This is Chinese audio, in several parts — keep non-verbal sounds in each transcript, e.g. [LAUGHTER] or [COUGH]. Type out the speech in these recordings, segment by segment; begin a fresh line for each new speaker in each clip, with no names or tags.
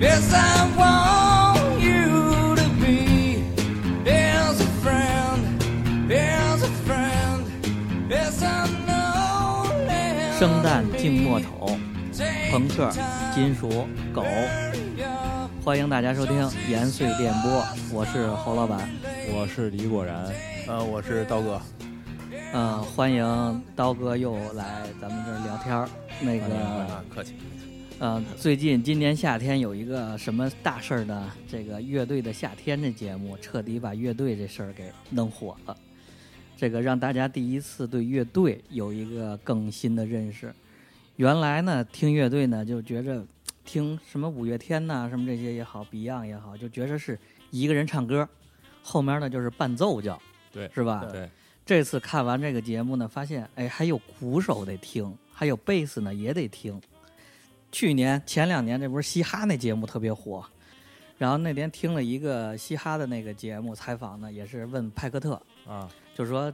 Yes, I want you to be. There's a friend, there's a friend. Yes, I know. there's
生蛋
a
静默
need.
丑，
Take
朋克
your time,、
金属、狗，
hurry up.
欢迎大家收听《延绥电波》，我是侯老板。
我是李果然，啊
呃，我是刀哥，
嗯、欢迎刀哥又来咱们这儿聊天儿。那个，
啊，客气，
呃，最近今年夏天有一个什么大事儿呢？这个乐队的夏天这节目彻底把乐队这事儿给弄火了，这个让大家第一次对乐队有一个更新的认识。原来呢，听乐队呢就觉着听什么五月天呐、什么这些也好，Beyond 也好，就觉着是一个人唱歌，后面呢就是伴奏叫，
对
是吧？
啊对，
这次看完这个节目呢，发现哎，还有鼓手得听，还有贝斯呢也得听。去年前两年这不是嘻哈那节目特别火，然后那天听了一个嘻哈的那个节目采访呢，也是问派克特，
嗯
啊，
就说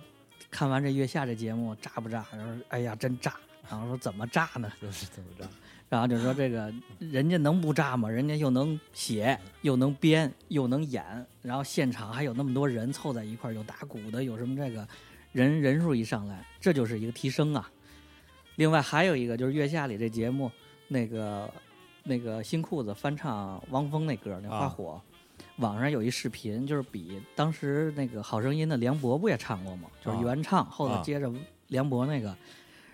看完这月下这节目炸不炸？然后说哎呀真炸，然后说怎么炸呢？
这是怎么着？
然后就说这个人家能不炸吗？人家又能写，又能编，又能演，然后现场还有那么多人凑在一块儿，有打鼓的，有什么这个人人数一上来，这就是一个提升啊。另外还有一个就是月下里这节目，那个那个新裤子翻唱汪峰那歌那
啊
花火，网上有一视频，就是比当时那个好声音的梁博不也唱过吗？就是
啊
原唱，后头
啊
接着梁博那个。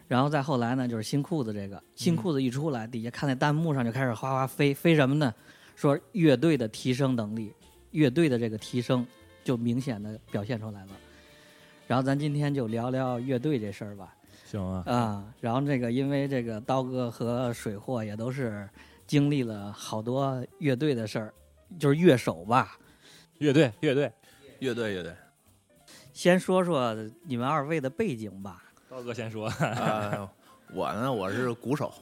然后再后来呢，就是新裤子这个，新裤子一出来，底下看那弹幕上就开始哗哗飞，飞什么呢？说乐队的提升能力，乐队的这个提升就明显的表现出来了。然后咱今天就聊聊乐队这事儿吧，
行啊，
啊，然后这个因为这个刀哥和水货也都是经历了好多乐队的事儿，就是乐手吧。
乐队乐队，
乐队乐队，
[LAUGHS]
先说说你们二位的背景吧，
刀哥先说，
啊，我呢，我是鼓手，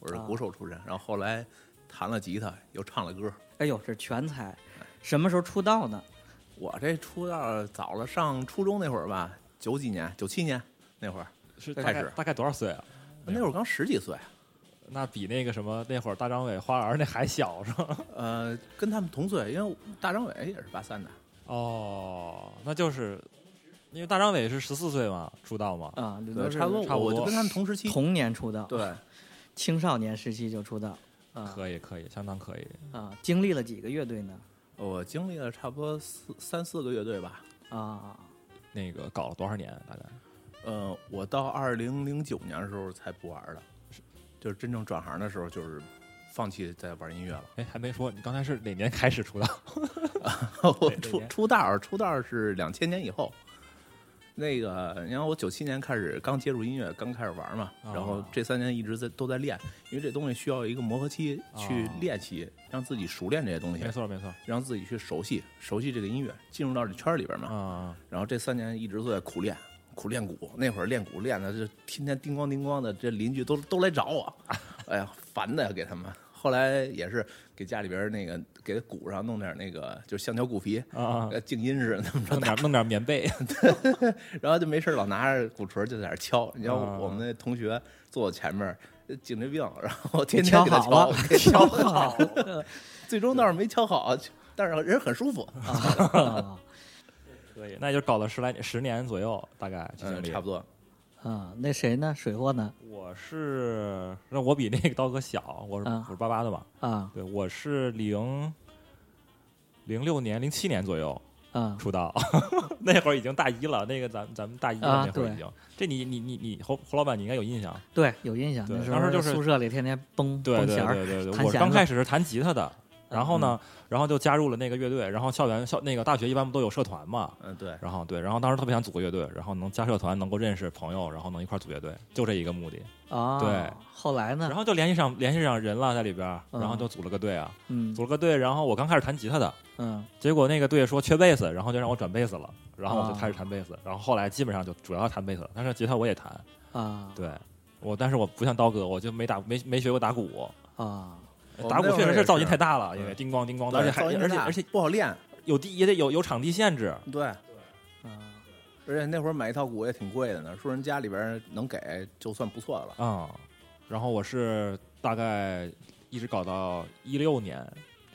我是
啊
鼓手出身，然后后来弹了吉他，又唱了歌。
哎呦，这全才，什么时候出道呢？
我这出道早了，上初中那会儿吧，九几年、九七年那会儿，
[LAUGHS] 是
开
大概
始
大概多少岁啊？那会儿
那会儿刚十几岁，
那比那个什么那会儿大张伟、花儿那还小是吧？
呃，跟他们同岁，因为大张伟也是八三的，
[LAUGHS] 哦，那就是因为大张伟是十四岁嘛出道嘛，
啊，这
对，
都是
呃差不多，
差不多
我就跟他们同时期。
童年出道，
对，
青少年时期就出道，啊
嗯可以可以，相当可以。
啊，经历了几个乐队呢？
我经历了差不多四三四个乐队吧。
啊，
那个搞了多少年？大概
呃，我到二零零九年的时候才不玩了，就是真正转行的时候，就是放弃再玩音乐了。
哎还没说，你刚才是哪年开始出道？
[LAUGHS] 我
对对
出
对
出道出道是两千年以后，那个你看我九七年开始刚接触音乐，刚开始玩嘛，
哦
然后这三年一直在都在练，因为这东西需要一个磨合期去
哦
练习，让自己熟练这些东西
[LAUGHS] 没，错没错，
让自己去熟悉熟悉这个音乐，进入到这圈儿里边嘛。
啊，
然后这三年一直都在苦练，苦练鼓。那会儿练鼓练的，就天天叮咣叮咣的，这邻居都都来找我，哎呀，烦的给他们。后来也是给家里边那个给鼓上弄点那个，就是橡胶鼓皮
啊啊
呃静音似的那么着
弄点弄点棉被，
然后就没事儿老拿着鼓槌儿就在那儿敲。你像
啊
我们那同学坐我前面儿，呃颈椎病，然后天
敲
天给他
好
敲
了，
给敲
好
好，最终倒是没敲好，但是人很
[LAUGHS]
舒服，嗯
啊
[LAUGHS] 可以，那也就搞了十来十年左右，大概就
嗯，
经历
差不多。
啊，那谁呢？水货呢？
我是，嗯那我比那个刀哥小，我是、
啊
我是八八的嘛，
啊
对，我是零零六年、零七年左右
啊，
出道， [LAUGHS] 那会儿已经大一了，那个咱咱们大一
啊
了，那会儿
对
已经，这你你你你侯侯老板你应该有印象，
对，有印象。
对
那时
当
候
时就是
宿舍里天天蹦
对
蹦
对
弦儿，嗯
对对对，
弹
我
弦
刚
子
开始是弹吉他的，然后呢，然后就加入了那个乐队，然后校园校那个大学一般不都有社团嘛。
嗯，对，
然后对，然后当时特别想组个乐队，然后能加社团，能够认识朋友，然后能一块儿组乐队，就这一个目的。
啊。
对，
后来呢
然？后就联系上联系上人了，在里边儿，然后
嗯
就组了个队啊，
嗯
组了个队。然后我刚开始弹吉他的，
嗯
结果那个队说缺贝斯，然后就让我转贝斯了，然后我就
啊
开始弹贝斯，然后后来基本上就主要弹贝斯了，但是吉他我也弹，
啊
对我，但是我不像刀哥，我就没打没没学过打鼓，
啊
我们
打鼓
那会
确
儿
实
也
是
是
噪音太大了，因为
嗯
叮咣叮咣的，而且还
噪音
而且
大
而且
不好练，
有地也得有有场地限制，
对。
啊
而且那会儿买一套鼓也挺贵的呢，说人家里边儿能给就算不错的了。
嗯，然后我是大概一直搞到一六年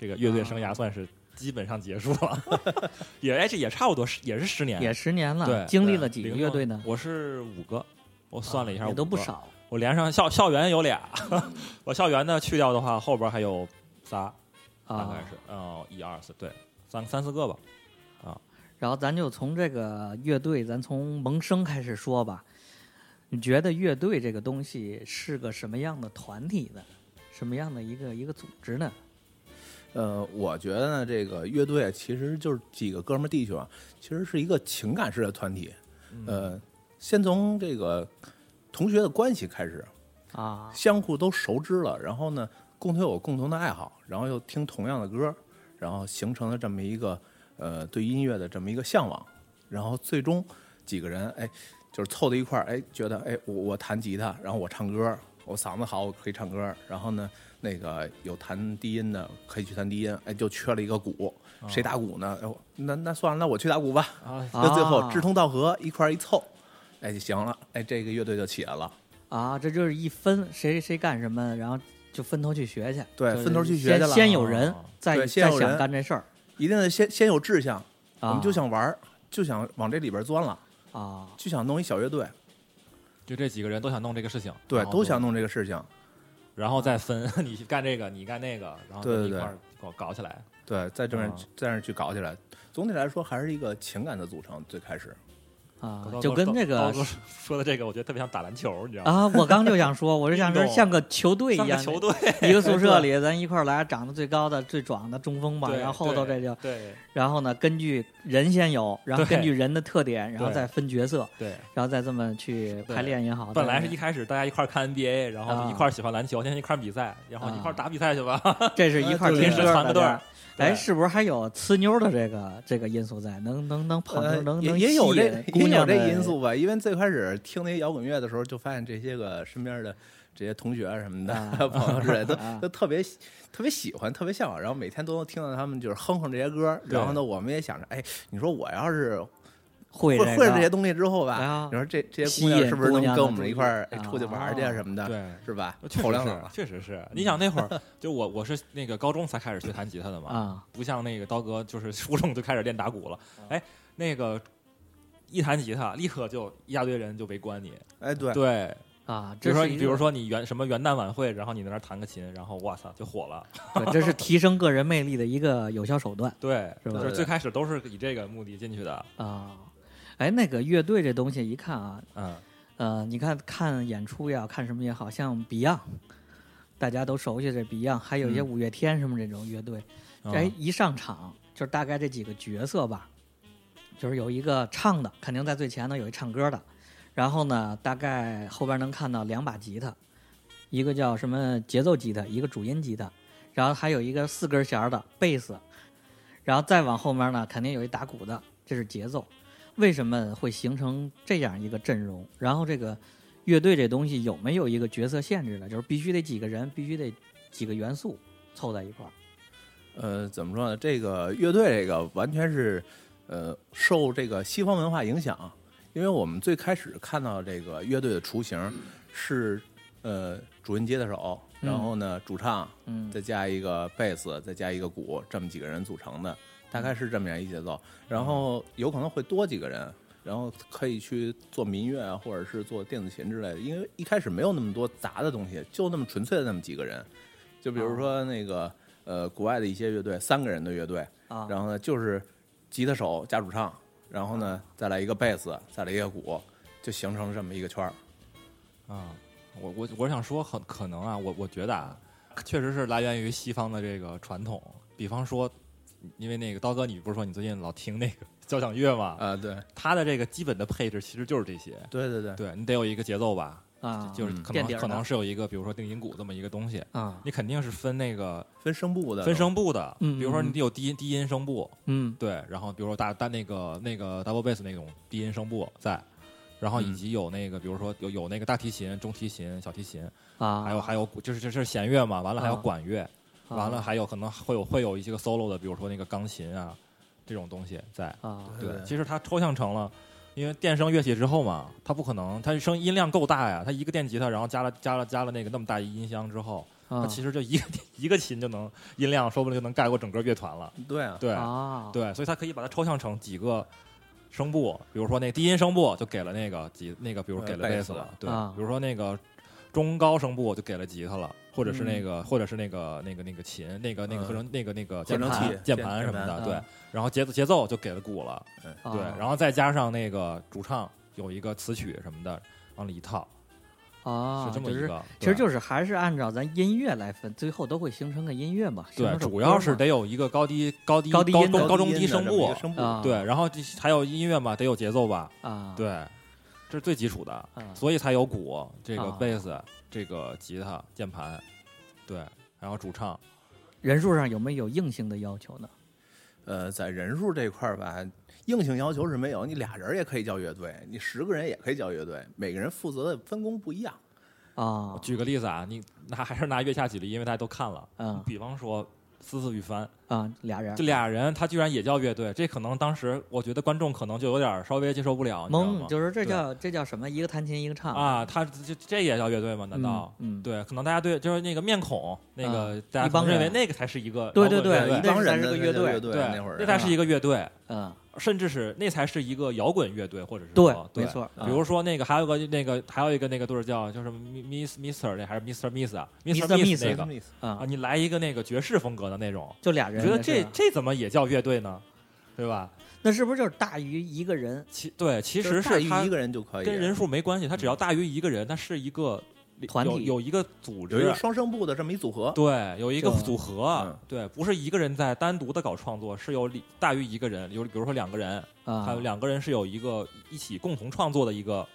这个乐队
啊
生涯算是基本上结束了， [LAUGHS] 也哎这也差不多是也是十年，
也十年了，
对
经历了几个
零
乐队呢？啊
我是五个，我算了一下，
也都
五
不
个。
少。
我连上校校园有俩， [LAUGHS] 我校园呢去掉的话，后边还有仨，大概
啊，
是呃一二四对三三四个吧。
然后咱就从这个乐队，咱从萌生开始说吧。你觉得乐队这个东西是个什么样的团体呢？什么样的一个一个组织呢？
呃，我觉得呢，这个乐队其实就是几个哥们儿弟兄啊，其实是一个情感式的团体。呃，先从这个同学的关系开始，
啊，
相互都熟知了，然后呢，共同有共同的爱好，然后又听同样的歌，然后形成了这么一个呃对音乐的这么一个向往，然后最终几个人哎就是凑到一块儿，哎觉得哎我我弹吉他，然后我唱歌，我嗓子好我可以唱歌，然后呢那个有弹低音的可以去弹低音，哎就缺了一个鼓，谁打鼓呢？哎我那那算了，那我去打鼓吧，
啊
那最后
啊
志同道合一块儿一凑，哎就行了，哎这个乐队就起来了。
啊，这就是一分谁谁干什么，然后就分头去学去。
对
就是
分头去学
先
去了哦
先有人
啊
再
对先
再
有
想
人
干这事儿
一定得先先有志向，
啊
我们就想玩儿，就想往这里边钻了，
啊
就想弄一小乐队，
就这几个人都想弄这个事情，
对，
哦
然后
都
就
想，弄这个事情，
然后再分， [LAUGHS] 你干这个，你干那个，然后
对对
一
对
块儿搞搞起来。
对，在这面
哦
啊
在那去搞起来。总体来说，还是一个情感的组成。最开始，
啊
高高，
就跟
高
这
高
个
哥说的这个，我觉得特别像打篮球，你知道吗？
啊，我刚就想说，我就想说
运动
像个球队一
像个
样，
球队，
一个
[LAUGHS]
宿舍里，咱一块儿来，长得最高的、最壮的中锋吧，
对
然后后头这
对
就，
对
然后呢，根据人先有，然后
对
根据人的特点，然后
对
再分角色，
对。
然后再这么去排练也好。
本
再
来是一开始大家一块儿看 NBA，然后
啊
一块儿喜欢篮球，现在一块儿比赛，然后一块儿打比赛去吧。
这是一块儿
对
听
临时
歌
传
的
个队儿
大家哎，
对
是不是还有呲妞的这个这个因素在？能能能跑
呃
能，能
也
能
也有
吸
这
引姑
也有
娘
这
的
因素吧，因为最开始听那些摇滚乐的时候，就发现这些个身边的这些同学什么的、
啊
[LAUGHS] 朋友之类的，
啊
都都特别喜特别喜欢，特别向往，然后每天都能听到他们就是哼哼这些歌，
对
然后呢，我们也想着，哎，你说我要是
会
会会
个
这些东西之后吧，
啊
你说这这些
吸
姑娘
引
是不是
姑
能
娘
跟
的
我们
注
一块儿
意
哎出去玩儿去
啊
什么的，
对
是吧？
确
头
实
两
是
了，，
确实是。你想那会儿，就我我是那个高中才开始学弹吉他的嘛，
啊
不像那个刀哥，就是 [LAUGHS] 初中就开始练打鼓了。哎，那个一弹吉他，立刻就一大堆人就围观你。
哎，对，
对，
啊！
比
这
如说
是
你
一
比如
个
说你元什么元旦晚会，然后你在那儿弹个琴，然后哇塞就火了。
对这是提升个人魅力的一个有效手段。
对，
是吧
就是最开始都是以这个目的进去的。
啊，哎，那个乐队这东西一看啊，
嗯，
呃，你看看演出呀，看什么也好，像 Beyond，大家都熟悉这 Beyond，还有一些
嗯
五月天什么这种乐队，
嗯
哎，一上场就是大概这几个角色吧，就是有一个唱的，肯定在最前头有一唱歌的，然后呢，大概后边能看到两把吉他，一个叫什么节奏吉他，一个主音吉他，然后还有一个四根弦儿的贝斯，然后再往后面呢，肯定有一打鼓的，这是节奏。为什么会形成这样一个阵容？然后这个乐队这东西有没有一个角色限制呢？就是必须得几个人，必须得几个元素凑在一块儿
呃，怎么说呢？这个乐队这个完全是，呃，受这个西方文化影响，因为我们最开始看到这个乐队的雏形是，呃，主音吉他手，然后呢，主唱，
嗯
再加一个贝斯，再加一个鼓，这么几个人组成的，大概是这么样一节奏。然后有可能会多几个人，然后可以去做民乐啊，或者是做电子琴之类的。因为一开始没有那么多杂的东西，就那么纯粹的那么几个人。就比
哦
如说那个呃，国外的一些乐队，三个人的乐队，
哦
啊。
然后呢就是吉他手加主唱，然后
哦
呢再来一个贝斯，再来一个鼓，就形成这么一个圈儿。
啊，我我我想说很可能啊，我我觉得啊，确实是来源于西方的这个传统，比方说，因为那个刀哥，你不是说你最近老听那个交响乐吗？
啊，对，
它的这个基本的配置其实就是这些，
对对对，
哦对你得有一个节奏吧，
啊，
就是
嗯
可
垫
能
底儿的
可能是有一个，比如说定音鼓这么一个东西，
啊，
你肯定是分那个
分声部的
分声部的，
嗯
比如说
嗯
你得有低音低音声部，
嗯
对，然后比如说大大那个那个 double bass 那种低音声部在，然后以
嗯
及有那个比如说有有那个大提琴、中提琴、小提琴，
啊，
还有还有鼓就是就是弦乐嘛，完了还有
啊
管乐，
啊
完了还有可能会有会有一些个 solo 的，比如说那个钢琴啊这种东西在。
啊
对
对，其实它抽象成了，因为电声乐器之后嘛，它不可能，它声音量够大呀，它一个电吉他，然后加了加了加了那个那么大一音箱之后，它
啊
其实就一个 [LAUGHS] 一个琴就能音量，说不定就能盖过整个乐团了。
对啊，
对
啊，
对，所以它可以把它抽象成几个声部，比如说那低音声部就给了那个吉那个，比如
呃
给了
贝
贝
斯
斯了
了，
对
啊，
比如说那个中高声部就给了吉他了。或者
嗯
是那个，或者是那个那个那个琴，那个那个
嗯
合成那个那个
合
键
成
盘
器键
键盘什么
键
的，
盘
对
嗯。
然后节奏节奏就给了鼓了，
啊
对，然后再加上那个主唱有一个词曲什么的，往里一套，
啊，
是这么
就
一
是
个。
其实
对
就是还是按照咱音乐来分，最后都会形成个音乐嘛。形
对，
成首
主
歌
要
嘛
是得有一个高低高低
高低音
高
的
中高中
音
低
的这
声
么一
部
个，声部，
啊，
对，然后这还有音乐嘛，得有节奏吧，
啊，
对，这是最基础的，
啊
所以才有鼓、这个
啊
贝斯、这个吉他、键盘，对，然后主唱，
人数上有没有硬性的要求呢？
呃，在人数这块儿吧，硬性要求是没有，你俩人也可以叫乐队，你十个人也可以叫乐队，每个人负责的分工不一样。
啊，
举个例子啊，你拿还是拿月下举例，因为大家都看了，
嗯
比方说。思思与帆
啊，俩人
这俩人，他居然也叫乐队，这可能当时我觉得观众可能就有点稍微接受不了，你知道吗
懵，？就是这
对
叫这叫什么？一个弹琴，一个唱，
啊，他这这也叫乐队吗？难道？
嗯嗯嗯
对，可能大家对就是那个面孔，那个、大家
一帮
可能认为
人
那个才是一个
对
摇滚
对
乐
对
队
一帮人的
那才是个
那
乐
叫
队
乐队
对
那会儿
那才是一个乐队，
嗯，
甚至是那才是一个摇滚乐队，或者是
对
说，
没。错，
比如说那个还有个那个还有一个那个队儿叫叫什么 Miss Mister 那还是 Mister Miss 啊
Mr.
Miss
Miss
那
那
个
个
啊
啊，，你来一个那个爵士风格的那种，
就俩人。
你觉得这
是吧
这怎么也叫乐队呢？对吧？
啊那是不是就是大于一个人？
其对其实
大
是
于
他
一个人就可以，
跟人数没关系，他只要大于一个人，他是一个
团
有
体
有一个组织，
有一个双声部的这么一组合，
对，有一个
就
组合，
嗯
对，不是一个人在单独的搞创作，是有里大于一个人，有比如说两个人，还
啊
有，两个人是有一个一起共同创作的一个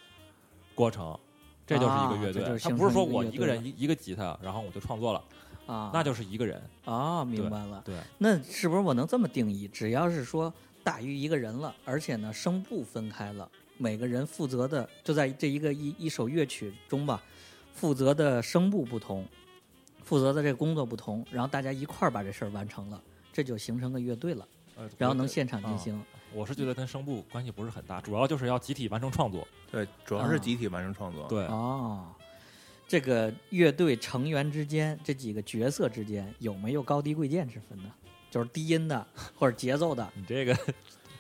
过程，这就是一个乐队。
啊这就是
他
形
不是
成
说
一个
我
乐
一
队
个人一一个吉他，然后我就创作了，
啊，
那就是一个人。
啊，明白了。
对，
那是不是我能这么定义？只要是说大于一个人了，而且呢声部分开了，每个人负责的就在这一个一一首乐曲中吧，负责的声部不同，负责的这个工作不同，然后大家一块儿把这事儿完成了，这就形成个乐队了，
呃
然后
我
能
觉
现场进行。
我是觉得跟声部关系不是很大，主要就是要集体完成创作。
对，主要是
啊
集体完成创作。
嗯对，
哦，这个乐队成员之间这几个角色之间有没有高低贵贱之分呢？就是低音的或者节奏的，
你这个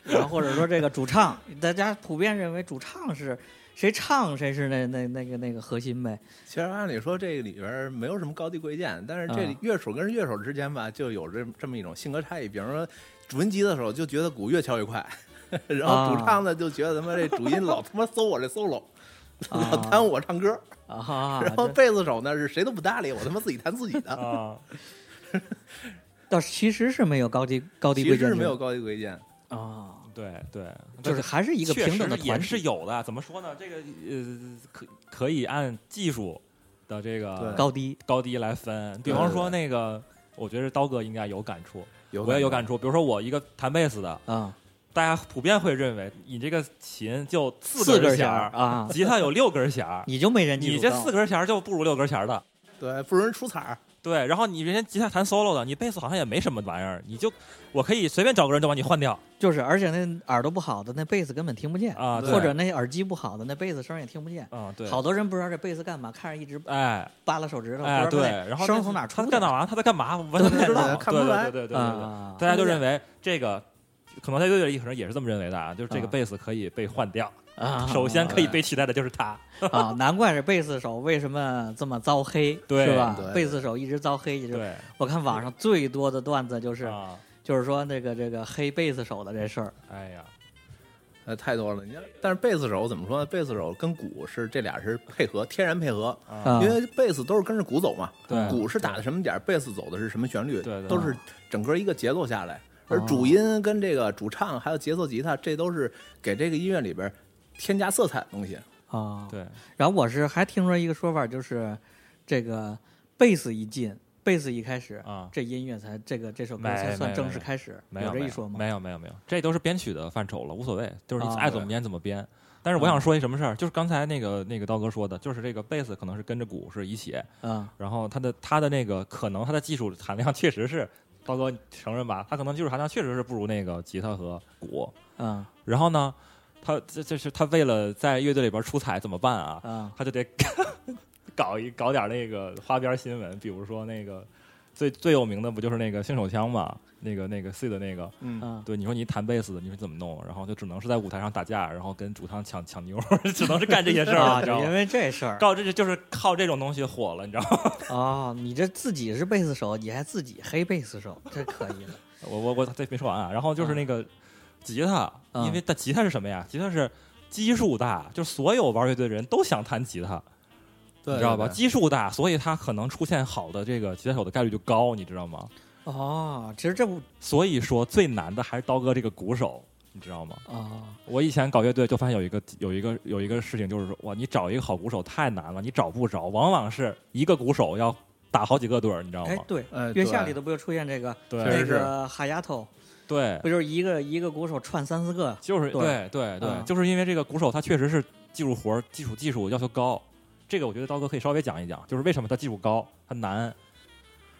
然后或者说这个主唱，大家普遍认为主唱是谁唱谁是那那那个那个核心
[LAUGHS]
呗。
其实按理说这个里边儿没有什么高低贵贱，但是这
嗯
啊
乐手跟乐手之间吧，就有这这么一种性格差异。比方说，文吉的时候就觉得鼓越敲越快， [LAUGHS] 然后
啊
主唱呢就觉得他妈这主音老他妈搜我这 solo，
啊
老耽误我唱歌。
[LAUGHS]
啊，
[LAUGHS] 然后
这
贝斯手呢是谁都不搭理我，他妈自己弹自己的。
啊，
倒是其实是没有高低高低
其
贵贱
实
之
没
分
有高低贵贱，
啊，
[LAUGHS] 对对，
就是还是一个
确
平等
实
的
也
团
是
体，
有的。怎么说呢？这个呃，可可以按技术的这个
对
高低
高低来分。比
对
方
对
说
对
那个，我觉得刀哥应该有感触，
有
我也有感触。比如说我一个弹贝斯的，
啊，
大家普遍会认为你这个琴就
四
根
根弦
弦
儿
儿，
啊，，
吉他有六根弦儿
你就没人
你
记住
这
到
四根弦儿就不如六根弦儿的。
对，不容易出彩儿。
对，然后你人家吉他弹 solo 的，你贝斯好像也没什么玩意儿，你就我可以随便找个人就把你换掉
就是，而且那耳朵不好的那贝斯根本听不见，
啊，对
或者那耳机不好的那贝斯声也听不见。
嗯对，
好多人不知道这贝斯干嘛，看着一直
哎
扒拉手指头，
哎
不知
对
道那，
然后
声
那
从哪儿出
他
的？
干嘛他在干嘛完全不知道，
对看不出来
对对对对对对对
啊？
大家就认为这个，可能在乐队里可能也是这么认为的啊，就是这个
啊
贝斯可以被换掉，
啊，
首先可以被取代的就是它。 [LAUGHS]
啊，难怪是贝斯手为什么这么遭黑，
对
是吧
对？
贝斯手一直遭黑，一直。
对，
我看网上最多的段子就是，
啊，
就是说那个这个黑贝斯手的这事儿
哎呀，
呃，太多了。你看，但是贝斯手怎么说呢？贝斯手跟鼓是这俩是配合，天然配合。
啊，
啊
因为贝斯都是跟着鼓走嘛，
对
鼓是打的什么点儿，贝斯走的是什么旋律，
对对
都是整个一个节奏下来。
哦
而主音跟这个主唱还有节奏吉他，这都是给这个音乐里边添加色彩的东西。
啊。
对，
然后我是还听说一个说法，就是这个贝斯一进，贝斯一开始
啊
这音乐才这个这首歌
没
才算
没
正
没
式开始，
没有
这
没
一
有
说吗？
没有没有没有，这都是编曲的范畴了，无所谓，就是你
啊嗯
爱怎么
对
编怎么编。但是我想说一什么事儿，就是刚才那个那个刀哥说的，就是这个贝斯可能是跟着鼓是一起，
啊
然后他的他的那个可能他的技术含量确实是，刀哥你承认吧，他可能技术含量确实是不如那个吉他和鼓。
啊
然后呢，他这这是他为了在乐队里边出彩怎么办啊？
啊！
他就得搞一搞点那个花边新闻，比如说那个最最有名的不就是那个新手枪嘛，那个那个 C 的那个，
嗯，
啊，
对，你说你一弹贝斯的，你说怎么弄？然后就只能是在舞台上打架，然后跟主唱抢抢妞， [LAUGHS] 只能是干 [LAUGHS] 这些事儿了，
啊，
你知道
就因
吗？
为这事儿
告这就就是靠这种东西火了，你知道吗？ [LAUGHS]
啊，你这自己是贝斯手，你还自己黑贝斯手，这可以了。
我我我再没说完啊。然后就是那个吉他，
嗯
因为但吉他是什么呀？吉他是基数大，就所有玩乐队的人都想弹吉他，
对
你知道吧？
对对
基数大，所以他可能出现好的这个吉他手的概率就高，你知道吗？
哦，其实这不
所以说最难的还是刀哥这个鼓手，你知道吗？
啊
我以前搞乐队就发现有一个有一个有一个事情，就是说哇，你找一个好鼓手太难了，你找不着，往往是一个鼓手要打好几个队儿，你知道
哎
吗？
对，
呃，
月下
对
里头不就出现这个
对
确
那
实是
个哈丫头，
对
不，就是一个一个鼓手串三四个
就是
对
对对对
嗯，
就是因为这个鼓手他确实是技术活儿、技术技术要求高，这个我觉得刀哥可以稍微讲一讲，就是为什么他技术高，他难，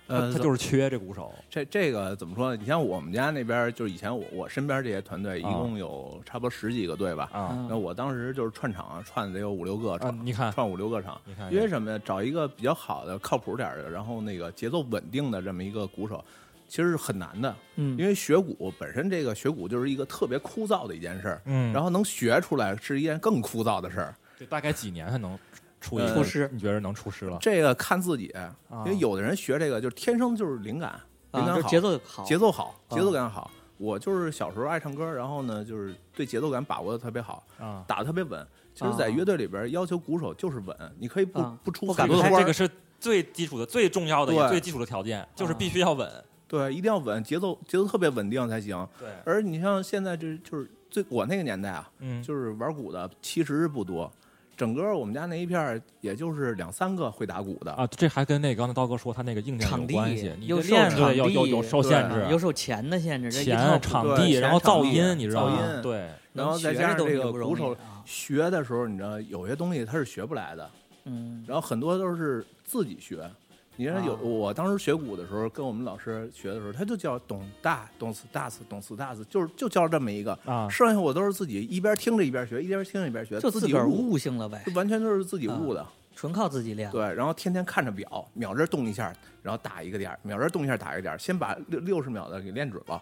他
呃，
他就是缺这鼓手，
这这个怎么说呢？你像我们家那边儿，就是以前我我身边儿这些团队，一
啊
共有差不多十几个队吧。
嗯
啊
那我当时就是串场，串得有五六个，
啊！
串
你看，
串五六个场。
你看，
因为什么呀？找一个比较好的、靠谱点儿的，然后那个节奏稳定的这么一个鼓手，其实是很难的。
嗯
因为学鼓本身这个学鼓就是一个特别枯燥的一件事儿，
嗯，
然后能学出来是一件更枯燥的事儿。
这大概几年才能出一个
出师
你觉得能出师了？
这个看自己，因为有的人学这个就是天生就是灵感，灵
啊，
感
就
好，
节奏好，
节奏好，
啊
节奏感好。我就是小时候爱唱歌，然后呢，就是对节奏感把握的特别好，
啊，
打的特别稳。其实，
啊
在乐队里边，要求鼓手就是稳，你可以不
啊
不出
不敢
很多
开
花
这
儿
个，是最基础的、最重要的、
对
也最基础的条件，就是必须要稳。
对，一定要稳，节奏节奏特别稳定才行。
对，
而你像现在这就是最我那个年代啊，
嗯，
就是玩鼓的其实不多，整个我们家那一片儿也就是两三个会打鼓的
啊，这还跟那个刚才刀哥说他那个硬件有
场地
关系，你
又
的
受
练就
场
得有有
地
有受限
嗯有
制，
受钱的限制，这一套
钱、
谱
场
对
地，
啊钱
然后
场
噪
地
音，你知道
噪
吗？
音
对，
然后
能
再
学
加上
东西
这个
不容
鼓
易
手
啊
学的时候，你知道有些东西他是学不来的，
嗯
然后很多都是自己学。你看有、
啊
我当时学鼓的时候，跟我们老师学的时候，他就叫懂大懂死大死懂死大死，就是就教这么一个。
啊，
剩下我都是自己一边听着一边学，一边听着一边学，
就
自
自
己
个儿
悟，
悟性了呗
就，完全就是自己悟的。
纯靠自己练。
对，然后天天看着表，秒这儿动一下，然后打一个点儿，秒这儿动一下打一个点儿，先把六六十秒的给练准 [LAUGHS] 了，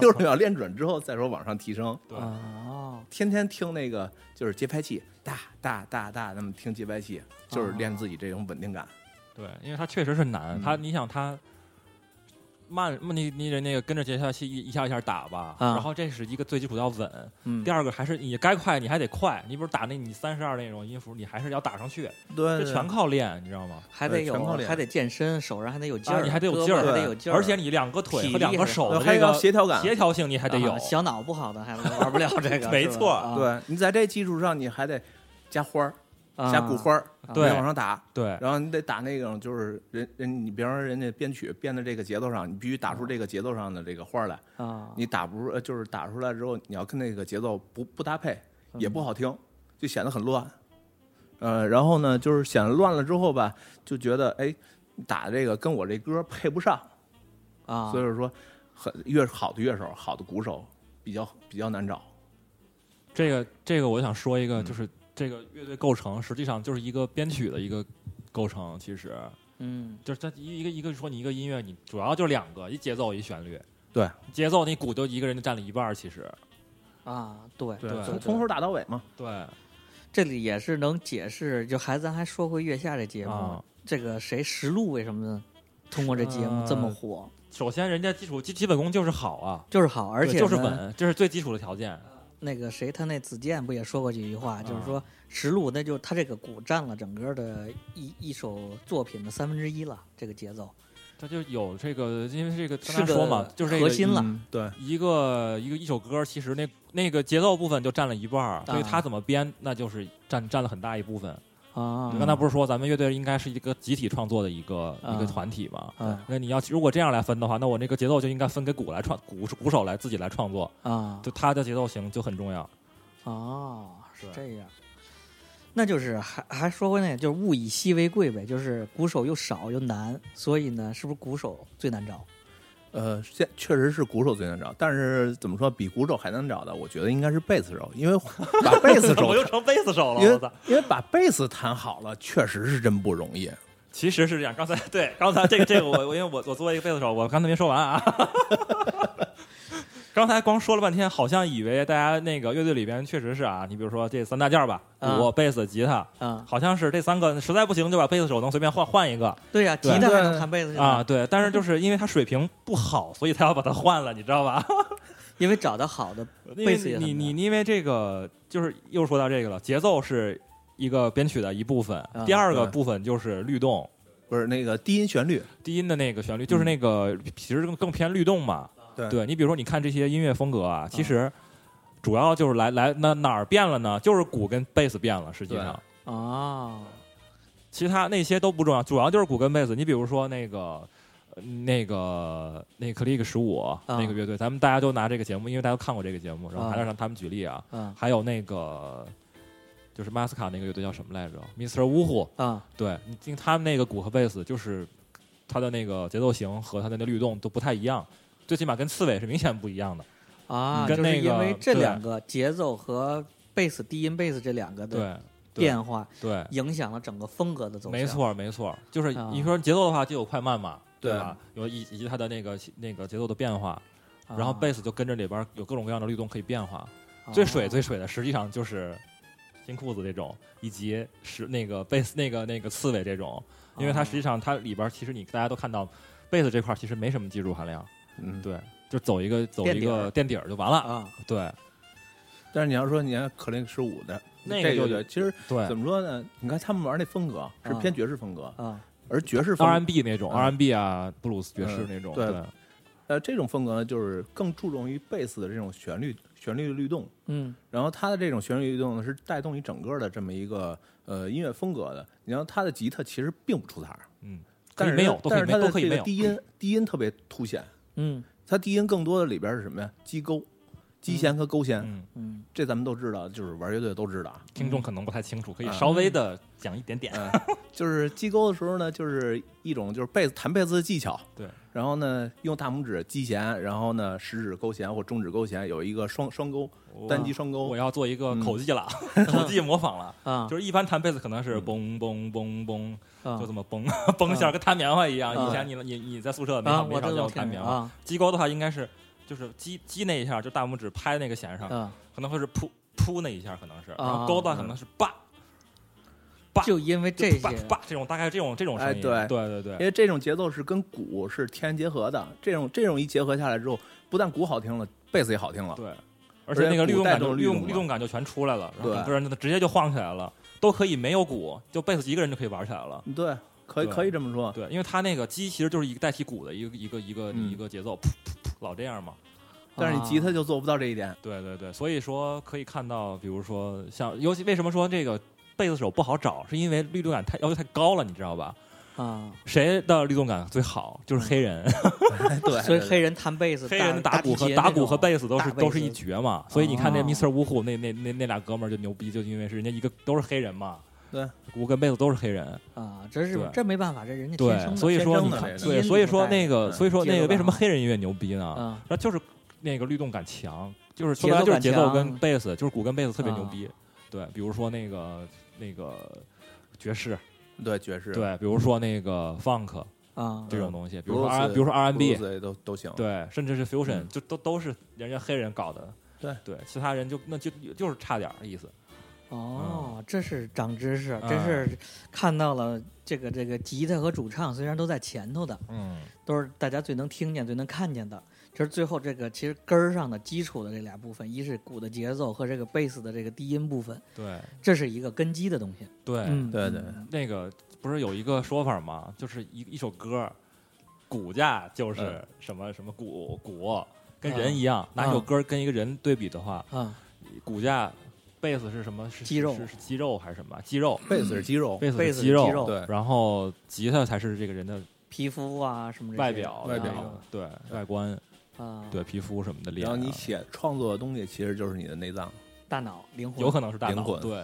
六十秒练准之后再说往上提升。
对
哦，
天天听那个就是节拍器，大大大大那么听节拍器，就是练自己这种稳定感。
对，因为它确实是难，
嗯
它你想它慢，你你得那个跟着节拍器一一下一下打吧，
啊
然后这是一个最基础要稳，
嗯
第，二个还是你该快你还得快，你比如打那你三十二那种音符，你还是要打上去，
对
这
嗯
全靠练，你知道吗？
还得
呃全
有
靠练
还得健身，手上还得有劲
啊，
儿，
你还得
胳
有
膊
劲
还
儿，
得有劲儿，啊
而且你两个腿
体
和两
力
个
是
手
呃
的
还
这
要
个
协调感。
协调性你还得有
啊，小脑不好的还玩
[LAUGHS]
不了这个，
没
是吧
错
啊
对你在这基础上，你还得加花儿，
啊
加鼓花儿，
对
你往上打。
对
然后你得打那种，就是人人，你比方说人家编曲编的这个节奏上，你必须打出这个节奏上的这个花儿来。
啊，
你打不出，呃就是打出来之后，你要跟那个节奏不不搭配，
嗯
也不好听，就显得很乱。呃，然后呢，就是显得乱了之后吧，就觉得哎，打这个跟我这歌配不上，
啊，
所以说很乐好的乐手、好的鼓手比较比较难找。
这个这个我想说一个，
嗯
就是这个乐队构成实际上就是一个编曲的一个构成，其实
嗯
就是它一一个一个说你一个音乐，你主要就两个，一节奏一旋律。
对，
节奏你鼓就一个人就占了一半儿，其实
啊，对
对
从从头打到尾嘛。
对
这里也是能解释，就还咱还说回月下这节目，
啊。
这个谁石路为什么通过这节目
呃
这么火，
首先人家基础基基本功就是好啊，
就是好，而
对
且
就是
呢
稳，这是最基础的条件。
那个谁，他那子健不也说过几句话，
啊
就是说石路那就他这个鼓占了整个的一一首作品的三分之一了，这个节奏
它就有这个，因为这个
是
刚才说
个
嘛，就是这
核
个
心了。
嗯对，
一个一个一首歌，其实那那个节奏部分就占了一半儿，所以
啊
它怎么编，那就是占占了很大一部分。
啊
刚才不是说咱们乐队应该是一个集体创作的一个、一个
啊
团体嘛？
啊
那你要如果这样来分的话，那我那个节奏就应该分给鼓来创鼓鼓手来自己来创作，
啊
就他的节奏型就很重要。
哦，是
对
这样。那就是还还说回那个，就是物以稀为贵呗，就是鼓手又少又难，所以呢，是不是鼓手最难找
呃，现确实是鼓手最难找，但是怎么说比鼓手还难找的，我觉得应该是贝斯手，因为 [LAUGHS] 把贝斯手
[LAUGHS] [LAUGHS] 我又成贝斯手了，
因
我
为
操！
因为把贝斯弹好了，确实是真不容易。
其实是这样，刚才 [LAUGHS] 对，刚才这个这个我我因为我我作为一个贝斯手，我刚才没说完啊。 [LAUGHS] 刚才光说了半天，好像以为大家那个乐队里边确实是啊，你比如说这三大件儿吧，
嗯
鼓、贝斯、吉他，
啊，
好像是这三个，实在不行就把贝斯手能随便换换一个
对呀、吉
对
他还能弹贝斯去呢
啊。，对，但是就是因为他水平不好，所以他要把他换了，你知道吧？
因为找到好的
因
贝斯也
为
很
你
难
你你因为这个就是又说到这个了，节奏是一个编曲的一部分，
啊
第二个
对
部分就是律动，
不是那个低音旋律，
低音的那个旋律，就是那个、其实更更偏律动嘛。
嗯对嗯
你比如说你看这些音乐风格啊，其实主要就是来来那哪儿变了呢？就是鼓跟贝斯变了，实际上
对
哦，
啊其他那些都不重要，主要就是鼓跟贝斯。你比如说那个。呃那个那个 Click 十五
嗯
那个乐队，咱们大家都拿这个节目，因为大家都看过这个节目，然后
啊
还要让他们举例啊。
嗯
还有那个就是马斯卡那个乐队叫什么来着？Mr. 呜呼，
啊
对你听他们那个鼓和贝斯，就是它的那个节奏型和它的那律动都不太一样，最起码跟刺猬是明显不一样的。
啊，
嗯跟
就是
那
因
个
为这
对
两个节奏和贝斯低音贝斯这两个的
对
变化，
对，
影响了整个风格的走向。
没，错没错，就是
啊
你说节奏的话就有快慢嘛，
对
吧？有以以及它的那个那个节奏的变化，
啊
然
哦
后贝斯就跟着里边有各种各样的律动可以变化。最水最水的实际上就是新裤子这种，以及是那个贝斯那个那个刺猬这种，因为它
哦
实际上它里边其实你大家都看到，贝斯这块其实没什么技术含量，
嗯，
对，就走一个走
垫
一
底
个
儿
垫底儿就完了，
啊
对
但是你要说你看克林十五的
那个
这
就嗯
对，其实
对
怎么说呢？你看他们玩那风格是偏爵士风格，
啊
而爵士风
，R&B 那种
嗯
R&B 啊，布鲁斯爵士
嗯
那种，
对
对
呃这种风格呢，就是更注重于贝斯的这种旋律旋律的律动。
嗯
然后它的这种旋律律动呢，是带动你整个的这么一个呃音乐风格的。你像它的吉他其实并不出彩儿，
嗯，可
但
以
是
没有都可
但
以
是
没
它
都
的
可
这
以没
个
有，
低音低音特别凸显，
嗯
它低音更多的里边是什么呀？击勾、击弦和勾弦，
嗯，
嗯，
这咱们都知道，就是玩乐队都知道啊。
听众可能不太清楚，可以
嗯
稍微的讲一点点，
嗯，就是击勾的时候呢，就是一种就是贝斯弹贝斯的技巧。
对，
然后呢，用大拇指击弦，然后呢，食指勾弦或中指勾弦，有一个双双勾，
我
单击双勾
我。要做一个
嗯
口
[LAUGHS]
技了，口技模仿了。
啊，
就是一般弹贝斯可能是
嗯
嘣嘣嘣嘣，
啊
就这么嘣 [LAUGHS] 嘣一下，跟弹棉花一样。
啊
以前你你你在宿舍没
啊，我
上没
这
上
都
教
听
弹
着
棉花。
啊
击勾的话应该是就是击击那一下，就大拇指拍那个弦上，
啊，
可能会是噗噗那一下，可能是。然
啊
后勾的话可能是叭叭
就因为这
就叭
些
叭这种大概这种这种声音。
哎对
对对
因
对
为这种节奏是跟鼓是天然结合的，这种这种一结合下来之后，不但鼓好听了，贝斯也好听了。
对，而且那个律动感就
而且鼓带动律
律
动嘛
动律动感就全出来了，然后
对
整个人就直接就晃起来了，都可以没有鼓，就贝斯一个人就可以玩起来了。
对，可以
对
可以这么说。
对，因为它那个击其实就是一个代替鼓的一个一个一个
嗯
一个节奏，噗噗噗，老这样嘛。
但
啊
是你吉他就做不到这一点。
对对对，所以说可以看到，比如说像，尤其为什么说这个贝斯手不好找，是因为律动感太要求太高了，你知道吧？
啊，
谁的律动感最好？就是黑人，
对，
所以
对
黑人弹贝斯，
哎黑人的
打
鼓和打
打
鼓和贝斯都
大
是
贝斯
都是一绝嘛。所以你看那
哦
Mr. 呜呼那那那那俩哥们儿就牛逼，就因为是人家一个都是黑人嘛，
对，
鼓跟贝斯都是黑人，
啊，这是
对
这没办法，这人家天生
对，
的
所以说
天生
你
的
看，
这个
对，所以说那个
嗯
所以说那
节奏感
个为什么黑人音乐牛逼呢？
啊，
那就是那个律动感强，就是
节
说白
奏
了就是
感
节奏
强
跟贝斯，就是鼓跟贝斯特别
啊
牛逼。对，比如说那个那个爵士，
对爵士，
对，比如说那个 funk
啊
这种
嗯
东西，比
布
如
鲁
说
斯，
R，比如说 R&B，
布鲁斯也都都行。
对，甚至是 fusion，
嗯
就都都是人家黑人搞的。
对
对，其他人就那就就是差点儿意思。
哦，这是长知识，
嗯
真是看到了这个这个吉他和主唱虽然都在前头的，
嗯，
都是大家最能听见、最能看见的。其实最后这个其实根儿上的基础的这俩部分，一是鼓的节奏和这个贝斯的这个低音部分，
对
这是一个根基的东西。
对，
嗯，
对对
那个不是有一个说法吗？就是一一首歌，骨架就是
嗯
什么什么骨骨，跟
啊
人一样。拿一首
啊
歌跟一个人对比的话，
啊，
骨架贝斯是什么？是
肌肉
是是肌肉还是什么？肌肉，
贝斯是肌肉，
嗯贝斯
贝
是
斯
肌
是
肉，
肌肉
对
然后吉他才是这个人的
皮肤啊什么这些
外表，
外表
然后对外观，
啊，
对皮肤什么的脸
然
啊。
后你写创作的东西其实就是你的内脏。
大脑灵魂
有可能是大
灵
脑，
魂
对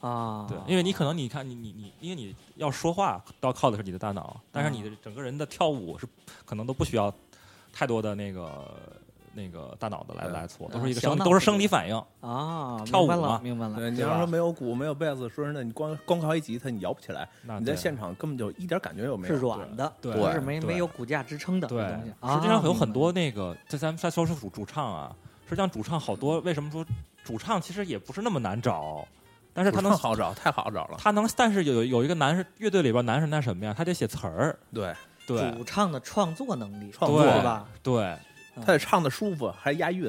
啊，
对，因为你可能你看你你你，因为你
嗯
要说话，倒靠的是你的大脑，但是你的整个人的跳舞是可能都不需要太多的那个那个大脑子来
嗯
来搓，
嗯
都是一个
小
生
脑
都是
子
生
的
理反应。
啊，
跳
明白
舞嘛
了，明白了。
对，你
对吧
要说没有鼓，没有贝斯，说真的，你光光靠一吉他，你摇不起来。
那
你在
对
现场根本就一点感觉都没
啊是
有。
软的，
对
不是
对
没
对
没有骨架支撑的
对
东西。，
实际上有很
啊
多那个，这咱们再说是主主唱啊，实际上主唱好多，为什么说主唱其实也不是那么难找，但是他
主
能
唱好找，太好找了。
他能，但是有有一个男是乐队里边男是那什么呀，他得写词儿，
对，
明白
对
主唱的创作能力，
创作
对吧？
对，
他得唱的舒服，还押韵。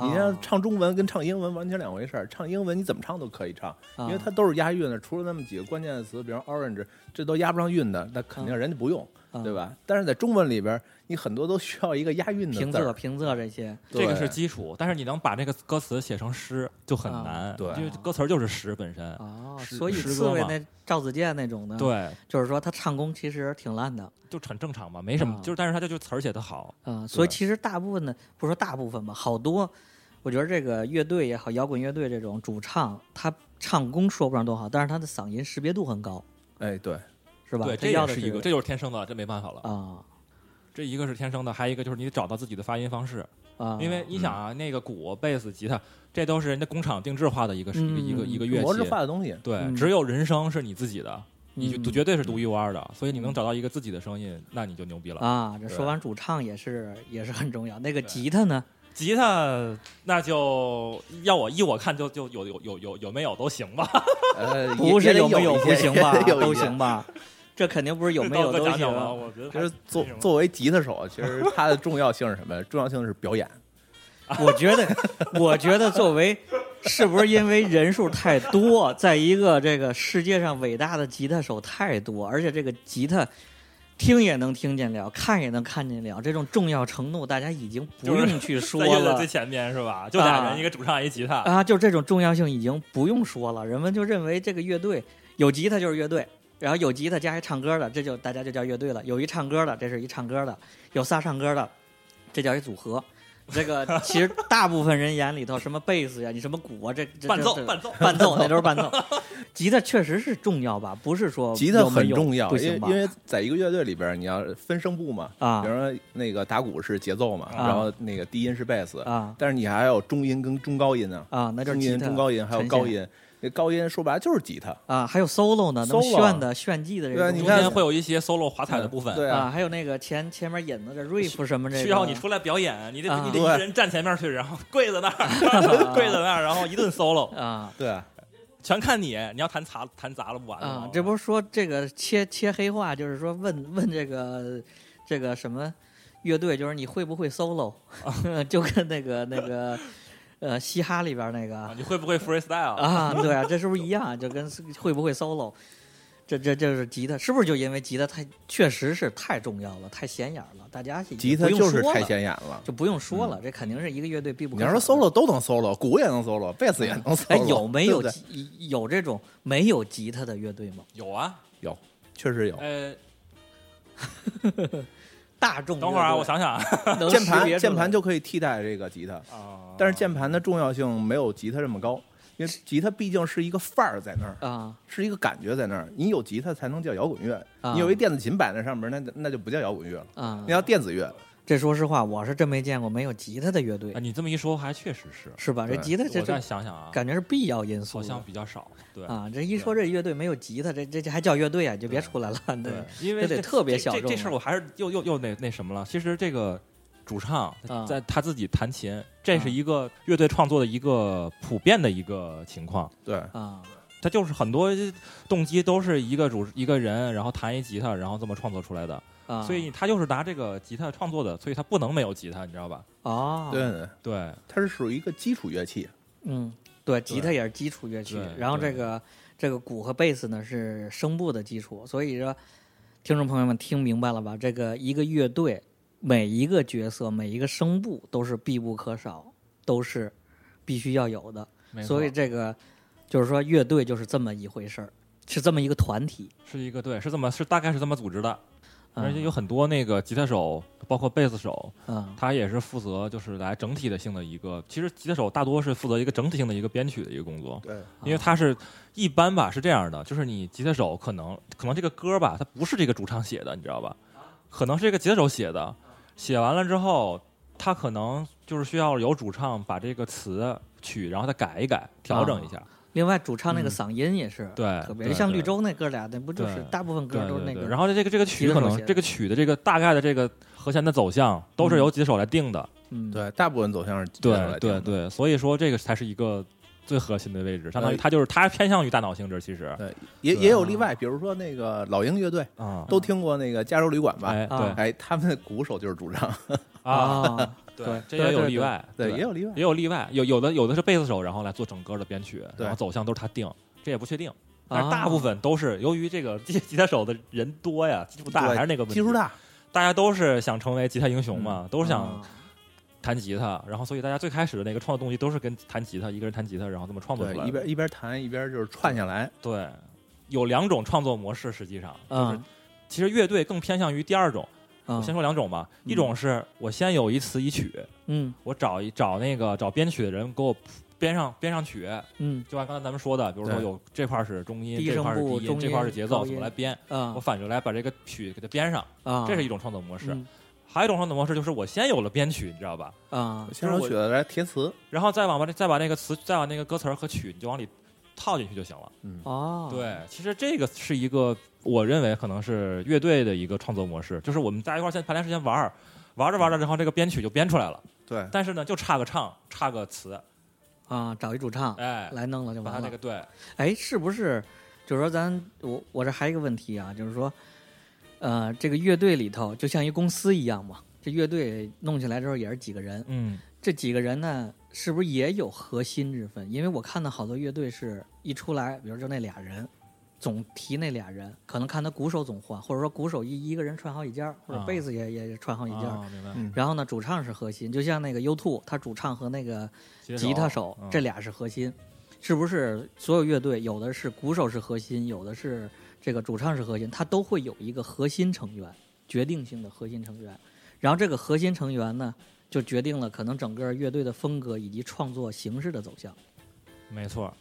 你
啊
像唱中文跟唱英文完全两回事儿。唱英文你怎么唱都可以唱，因为
啊
它都是押韵的，除了那么几个关键词，比如 orange，这都押不上韵的，那肯定人家不用，
嗯
对吧？但是在中文里边，你很多都需要一个押韵的
平
字
仄
儿，
平仄这些，
这个
对
是基础，但是你能把这个歌词写成诗就很
啊
难，
对
因为歌词儿就是诗本身，
哦，
啊诗
所以
诗歌
刺猬
嘛
那赵子健那种的，，
对，
就是说他唱功其实挺烂的，
就很正常嘛，没什么
啊，
就是但是他就就词儿写得好，
嗯，所以
对
其实大部分的不是说大部分吧，好多，我觉得这个乐队也好，摇滚乐队这种主唱，他唱功说不上多好，但是他的嗓音识别度很高，
哎，对，
是吧？
对，
他
这
要
也
的
是一个，这就是天生的，这没办法了，
啊
这一个是天生的，还有一个就是你得找到自己的发音方式。
啊，
因为你想啊，那个鼓、贝斯、吉他，这都是人家工厂定制化的一个、
嗯
一个一个一个
模式
乐器。
化的东西，
对，
嗯
只有人声是你自己的，你就
嗯
绝对是独一无二的，所以你能找到一个自己的声音，那你就牛逼了。
啊，这
对
说完主唱也是也是很重要，那个
对
吉他呢？
吉他那就要我依我看就就有有有有有没有都行吧，
呃，
不
也
是
也得
没
有
有不
一些 [LAUGHS]
行吧
也，得有
都
一些
行吧，这肯定不
[LAUGHS]
是有没有
都
都
讲讲吧，
行。啊
我觉得
其
还
实作
没什么
作为吉他手，
[LAUGHS]
其实它的重要性是什么？重要性是表演。
我觉得，我觉得作为是不是因为人数太多，在一个这个世界上伟大的吉他手太多，而且这个吉他听也能听见了，看也能看见了，这种重要程度大家已经不用去说
在乐队
了
最。前面是吧？就俩
啊
人，一个主唱，一吉他。
啊，就这种重要性已经不用说了，人们就认为这个乐队有吉他就是乐队，然后有吉他加一唱歌的，这就大家就叫乐队了；有一唱歌的，这是一唱歌的；有仨唱歌的，这叫一组合。这个其实大部分人眼里头，什么贝斯呀，你什么鼓啊，这这
伴奏
这 [LAUGHS]
伴奏
伴奏，那都是伴奏。吉他确实是重要吧？不是说
吉他
哦有没
很
有
重要，
不
因
行
为
吧？
因为在一个乐队里边，你要分声部嘛，
啊
比如说那个打鼓是节奏嘛，
啊
然后那个低音是贝斯，
啊
但是你还有中音跟中高音呢，
啊，那就是
中
吉
音、
他
中高音还有
呈
高
现
音，那高音说白了就是吉他，
啊，还有 solo 呢，能
solo
炫的炫技的这
对啊
种
你
中
东西
间会有一些 solo 华彩的部分，
对
啊，
啊，
还有那个前前面引子的 riff 什么这个，
需要你出来表演，你得
啊
你得一个人站前面去，然后跪在那
啊 [LAUGHS]
儿，跪在那儿，然后一顿 solo。
啊
对啊，
全看你，你要弹砸弹砸了不完了
啊
吗，
这不是说这个切切黑话，就是说问问这个这个什么乐队，就是你会不会 solo，、就
哦
[LAUGHS] 跟那个那个呃嘻哈里边那个
哦
啊你会不会 freestyle？、
啊，对啊，这是不是一样？就跟会不会 solo，这这这是吉他，是不是就因为吉他太确实是太重要了，太显眼了，大家已经
吉他
不用
就是
说
太
了
显眼了。
就不用说了，这肯定是一个乐队必不可
你要说
少的
solo 都能 solo，鼓也能 solo，贝斯也能 solo，
哎，有没有
对不对
吉有这种没有吉他的乐队吗？
有啊，
确实有。
呃，
大众乐队
等会儿啊，我想想啊，
能
键
识别
盘
出来
键盘就可以替代这个吉他，
啊
但是键盘的重要性没有吉他这么高，因为吉他毕竟是一个范儿在那儿，
啊
是一个感觉在那儿。你有吉他才能叫摇滚乐，
啊
你有一电子琴摆在上面，那那就不叫摇滚乐了，
啊
那，叫电子乐。
这说实话，我是真没见过没有吉他的乐队
啊，，你这么一说还确实是，
是吧？这
对
吉他 [LAUGHS] 这
我再
这
想想啊，
感觉是必要因素
好
的
像比较少，对
啊。这一说这乐队没有吉他，这这这还叫乐队啊？你就别出来了，对，
因为
这得
这
特别
这
小
这
众啊
这事儿
了
我还是又又又那那什么了。其实这个主唱
啊
在他自己弹琴，这
啊
是一个乐队创作的一个普遍的一个情况。
对，
啊
他就是很多动机都是一个主一个人，然后弹一吉他，然后这么创作出来的。
啊，
所以他就是拿这个吉他创作的，所以他不能没有吉他，你知道吧？
哦，
对，对，
对，
它是属于一个基础乐器，
嗯，对，吉他也是基础乐器
对，
然后这
对
个这个鼓和贝斯呢是声部的基础，所以说听众朋友们听明白了吧？这个一个乐队每一个角色每一个声部都是必不可少，都是必须要有的。
没错
所以这个就是说，乐队就是这么一回事儿，是这么一个团体。
是一个对，是这么是大概是这么组织的，
嗯
而且有很多那个吉他手，包括贝斯手，
嗯
他也是负责就是来整体的性的一个，其实吉他手大多是负责一个整体性的一个编曲的一个工作，
对，
因为他是一般吧是这样的，就是你吉他手可能可能这个歌吧，它不是这个主唱写的，你知道吧？可能是这个吉他手写的。写完了之后，他可能就是需要有主唱把这个词曲，然后再改一改，调整一下。
另外，主唱那个
嗯
嗓音也是
对
特
对
别，像
对
绿洲那哥俩，那不就是
对
大部分
对
歌都是那
对对。
个
然后这个这个曲
吉他
可
手
能
写的
这个曲的这个大概的这个和弦的走向都是由几手来定的。
嗯，
对，大部分走向是基本上
对
来定
对
的
对，所以说这个才是一个最核心的位置，相当于
呃
它就是它偏向于大脑性质，其实
对，也也有例外，比如说那个老鹰乐队，
啊，
都听过那个《加州旅馆》吧？
哎对
啊
哎，他们的鼓手就是主唱，
啊，
啊，对
这也有
对
例
对
外，
对，也有例外。
也有例外，有有的有的是贝斯手，然后来做整个的编曲，
对啊
然后走向都是他定，这也不确定。但是大部分都是由于这个吉吉他手的人多呀，基数大
对
还是那个问题
技术，大，嗯啊
大家都是想成为吉他英雄嘛，都
我
是想弹吉他，然后所以大家最开始的那个创作动机都是跟弹吉他，一个人弹吉他，然后这么创作出
对，
来
一
的。
边一边弹一边就是串下来，
对，有两种创作模式，实际上就是
嗯
其实乐队更偏向于第二种。我
嗯
先说两种吧，
嗯
一种是我先有一词一曲，
嗯
我找一找那个找编曲的人给我编上编上曲，
嗯
就按刚才咱们说的，比如说
对
有这块儿是中音，
低
这
声
块儿是
部
低
中音
这块儿是节奏，
高
怎么
音
来编？
啊
我反着来把这个曲给它编上，
啊，
这是一种创作模式。
嗯
还有一种创作模式就是我先有了编曲，你知道吧？
啊
先手
嗯我
曲子来填词，
然后再往把这再把那个词，再把那个歌词儿和曲，你就往里套进去就行了。
哦，
对，其实这个是一个我认为可能是乐队的一个创作模式，就是我们大家一块儿先排练时间玩儿，玩着玩着，然后这个编曲就编出来了。
对，
但是呢，就差个唱，差个词，
啊，找一主唱
哎，
来弄了就
把他
完
那
了
个。对，
哎，是不是？就是说咱，我我这还有一个问题啊，就是说，呃，这个乐队里头就像一公司一样嘛，这乐队弄起来之后也是几个人，
嗯，
这几个人呢，是不是也有核心之分？因为我看到好多乐队是一出来，比如就那俩人，总提那俩人，可能看他鼓手总换，或者说鼓手一一个人串好几家，或者
啊
贝斯也、也串好几家。
啊，明白。
嗯
然后呢，主唱是核心，就像那个 U2，他主唱和那个吉他手
嗯
这俩是核心，是不是？所有乐队有的是鼓手是核心，有的是这个主唱是核心，他都会有一个核心成员，决定性的核心成员。然后这个核心成员呢，就决定了可能整个乐队的风格以及创作形式的走向。
没错，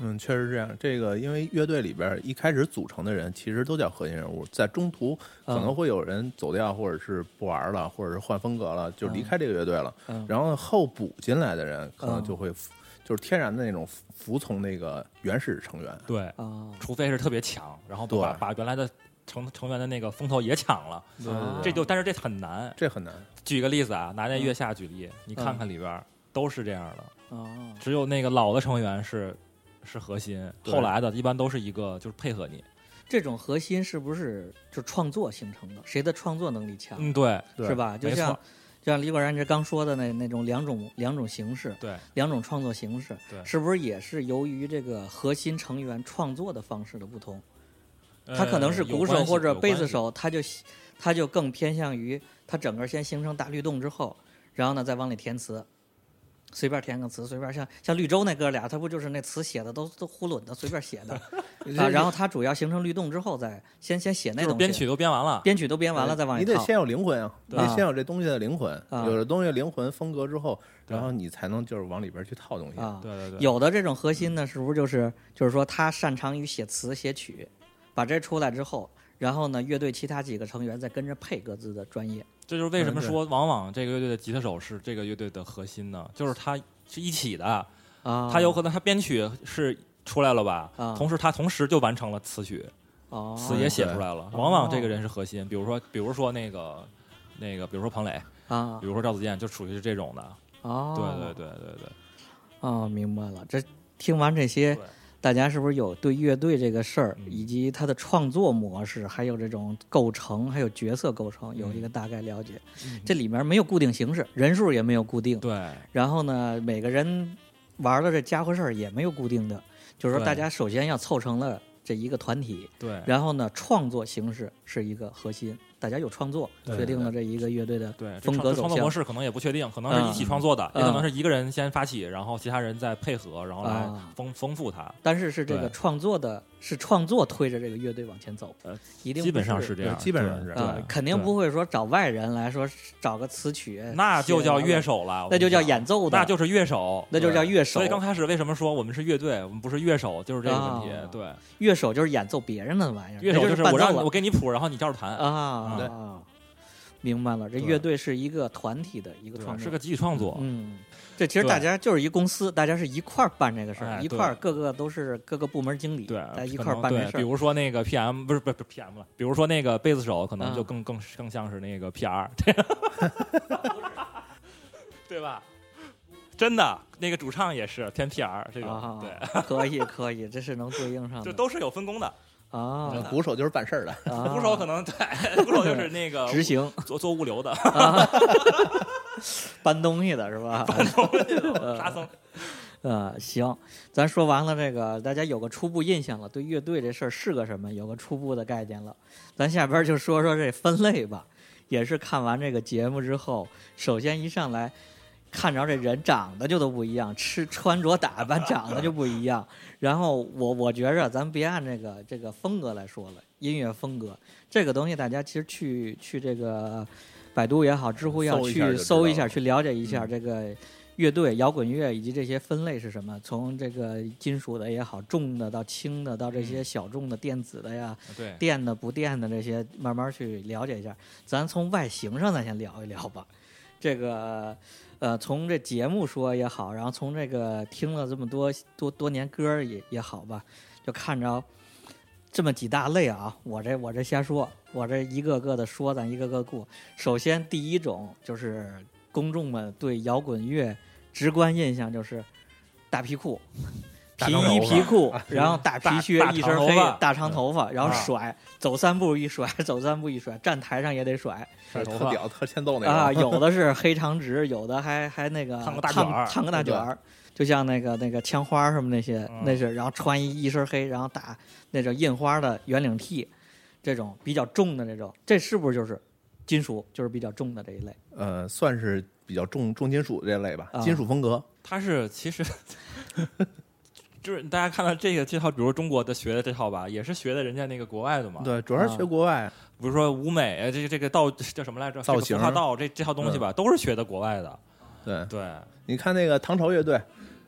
嗯，确实这样。这个因为乐队里边一开始组成的人其实都叫核心人物，在中途可
嗯
能会有人走掉，或者是不玩了，或者是换风格了，就离开这个乐队了。
嗯
然后后补进来的人可能
嗯
就会服就是天然的那种服服从那个原始成员。
对，
啊，
除非是特别强，然后
对
把把原来的成成员的那个风头也抢了，
对对
这就但是这很难。
这很难，
举个例子啊，拿那月下举
嗯
例，你看看里边儿都是这样的，
啊
只有那个老的成员是是核心，
对
后来的一般都是一个就是配合你。
这种核心是不是就创作形成的？谁的创作能力强，
嗯，对，
对
是吧？就
没
像
错，
就像李果然这刚说的那那种两种两种形式，
对，
两种创作形式，
对
是不是也是由于这个核心成员创作的方式的不同？
呃
他可能是鼓手或者贝斯手，他就喜他就更偏向于他整个先形成大律动之后，然后呢再往里填词，随便填个词，随便像像绿洲那哥俩，他不就是那词写的都都囫囵的随便
[LAUGHS]
写的啊？然后他主要形成律动之后再先先写那
有关系，有
东
关系就是
西，
编曲都编完了，
编曲都编完了再往
你
里
得
套
先有灵魂啊，你
对
得先有这东西的灵魂，
啊
有了东西的灵魂风格之后，
对
然后你才能就是往里边去套东西。
啊。
对对对，
有的这种核心呢，是不是就是就是说他擅长于写词写曲，把这出来之后，然后呢，乐队其他几个成员再跟着配各自的专业。
这就是为什么
嗯对
说往往这个乐队的吉他手是这个乐队的核心呢，就是他是一起的，
啊，
他有可能他编曲是出来了吧，
啊
同时他同时就完成了词曲，
哦，
词也写出来了。
对
往往这个人是核心，比如说，比如说那个那个，比如说彭磊，
啊
比如说赵子健，就属于是这种的。
哦，
对对对对对
哦，明白了。这听完这些
对，
大家是不是有对乐队这个事儿，
嗯
以及它的创作模式，还有这种构成，还有角色构成，有
嗯
一个大概了解？这里面没有固定形式，人数也没有固定，
对
然后呢，每个人玩的这家伙事儿也没有固定的，就是说
对哎
大家首先要凑成了这一个团体，
对对
然后呢，创作形式是一个核心，大家有创作，
对
决定了这一个乐队的
对，这
风
创
格
这
走
创作
向。
模式可能也不确定，可能是一起创作的，
嗯
也可能是一个人先发起，然后其他人再配合，然后来
啊
丰丰富它。
但是是这个
对
创作的，是创作推着这个乐队往前走，
呃
一定
基本上
是
是这样，
对基本上是
对
这
啊、
对
肯定不会说找外人来说找个词曲，
对那就叫乐
手，
手了，我
那
跟
就
你
叫
讲
演奏的，
那就是乐手，
那就叫
对
乐手
所以刚开始为什么说我们是乐队，我们不是乐手，就是这个问题。
啊
对，
乐手就是演奏别人的玩意儿，
乐手
那
就是是
伴
我
奏
让
了
我给你谱，然后你照着弹。
啊，
对
明白了，这
对
乐队是一个团体的一个
对
创作，
是个集体创作，
嗯，这其实大家就是一公司，大家是一块儿办这个事儿，
哎
一块儿各个都是各个部门经理，
对
大，家一
可
块儿
能
办这
对
事儿。
比如说那个 PM 不是不是不是 PM 了，比如说那个贝斯手可能
嗯
就更、更更像是那个
[LAUGHS]
PR，这样对吧？真的，那个主唱也是偏 PR 这种，
啊，
对，
可以可以，这是能对应上
就
的
都是有分工的。
啊。
嗯鼓手就是办事儿的，
啊
鼓手可能对，鼓手就是那个
执行
做做物流的
搬东西的是吧？嗯
沙僧，
呃，行，咱说完了这个，大家有个初步印象了，对乐队这事儿是个什么，有个初步的概念了。咱下边就说说这分类吧，也是看完这个节目之后，首先一上来看着这人长得就都不一样，吃穿着打
[LAUGHS]
扮长得就不一样。然后我我觉着咱别按这个这个风格来说了，音乐风格这个东西，大家其实去去这个百度也好，知乎也好，
搜一下就
去
知
搜一
道
下，
了嗯
去了解一下这个。乐队、摇滚乐以及这些分类是什么？从这个金属的也好，重的到轻的，
嗯
到这些小众的电子的呀，
对，
电的不电的这些，慢慢去了解一下。咱从外形上，咱先聊一聊吧。 [LAUGHS] 这个，呃，从这节目说也好，然后从这个听了这么多多多年歌儿也也好吧，就看着这么几大类啊。我这我这瞎说，我这一个个的说，咱一个个过。首先第一种就是公众们对摇滚乐直观印象就是大皮裤。
大
皮 [LAUGHS]
长
衣
头发
皮
[LAUGHS]
裤，然后大
大
皮靴
大，
一
长
身
头
黑
发，
大长头发，然后
啊
甩，走三步一甩， [LAUGHS] 走三步一甩，站台上也得甩
甩头
特
发，
屌特欠揍那种
啊！有的是黑长直，有的还还那个
烫
烫
个大卷儿
烫个大卷儿，就像那个那个枪花什么那些
嗯，
那是然后穿一一身黑，然后打那种印花的圆领 T，这种比较重的这种，这是不是就是金属？就是比较重的这一类
呃，算是比较重重金属这类吧
啊，
金属风格。
他是其实就是大家看到这个这套，比如中国的学的这套吧，也是学的人家那个国外的嘛，
对，主要是学国外，
比如说舞美，呃这个这个道 [LAUGHS] 叫什么来着？
造型嗯
这个服化道这这套东西吧，都是学的国外的。
对，
对，
你看那个唐朝乐队，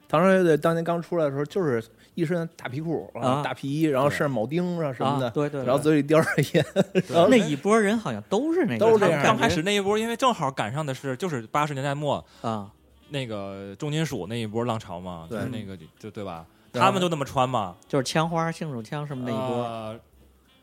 唐朝乐队当年刚出来的时候，就是一身大皮裤、
啊
大皮衣，然后身上铆钉啊什么的，
啊对对对
然后嘴里叼着烟，然后
那一波人好像都是那个，
都是
他
这
们
样
感
刚
觉
开始那一波，因为正好赶上的是就是八十年代末
啊，
那个重金属那一波浪潮嘛，就
对
是那个就对吧？
然后
他们就那么穿嘛，
就是枪花、性手枪什么那一波。
呃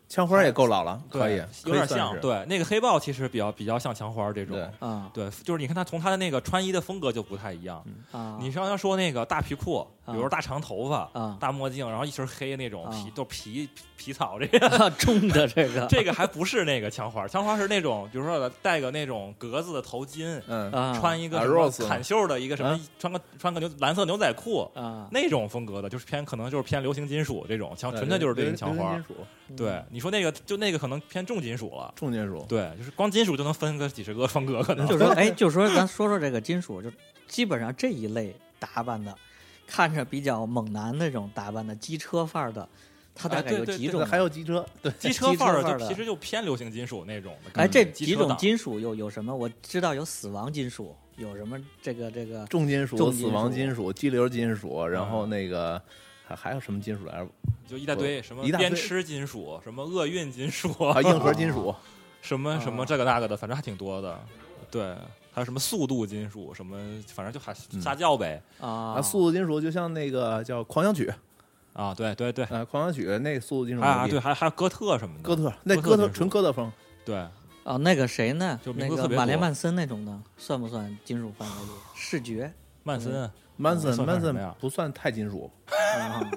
枪花也够老了，
对
可以，
有
可
点
以算
像
是
对那个黑豹，其实比较比较像墙花这种
对。
啊
对，就是你看他从他的那个穿衣的风格就不太一样。
啊！
你刚刚说那个大皮裤，比如说大长头发、
啊 [LAUGHS]
大墨镜，然后一身黑那种
啊
皮，都皮皮皮草这个，
重的这 [LAUGHS] 个
这个还不是那个枪花，枪花是那种，比如说戴个那种格子的头巾，
嗯，
啊
穿一个
啊
什么
，Rose
砍袖的一个什么
啊，
穿个穿个牛蓝色牛仔裤。
啊
那种风格的，就是偏可能就是偏流行金属这种，强哦纯粹就是对应
流
强
流
花
行。金属
对，你说那个就那个可能偏重金属了，
重金属，
对，就是光金属就能分个几十个风格，可能
就是说哎，就是说咱说说这个金属，就基本上这一类打扮的，看着比较猛男那种打扮的机车范儿的，它大
啊
概
对
有
对
几
对
种？
还有机车，对，
机车范儿
机车范儿
的，
的
就其实就偏流行金属那种的。
哎，这
嗯机
几
车
种
党
金属有有什么？我知道有死亡金属，有什么这个这个
重金属、
重金
死
属
亡金属、激流金属，然
啊
后那个还还有什么金属
[LAUGHS]
来着？
就一大堆什么
一大堆
鞭笞金属、什么厄运金属、
啊，硬核金属，
什
嗯
么什
啊
么这个那个的，反正还挺多的。对，还有什么速度金属，什么反正就还
嗯
撒教呗。
啊
啊，速度金属就像那个叫狂想曲，
啊，对对对，
呃，狂想曲那个速度金属
啊
牛逼
对，还还有哥特什么的。
哥特那
哥特
哥特
金属哦
纯哥特风，
对，
啊那个谁呢
就？名
那
字
个
特别
马连
多
曼森那种的，算不算金属范围里？视觉
曼森
，Manson
算是什么
Manson
呀
不算太金属，
啊，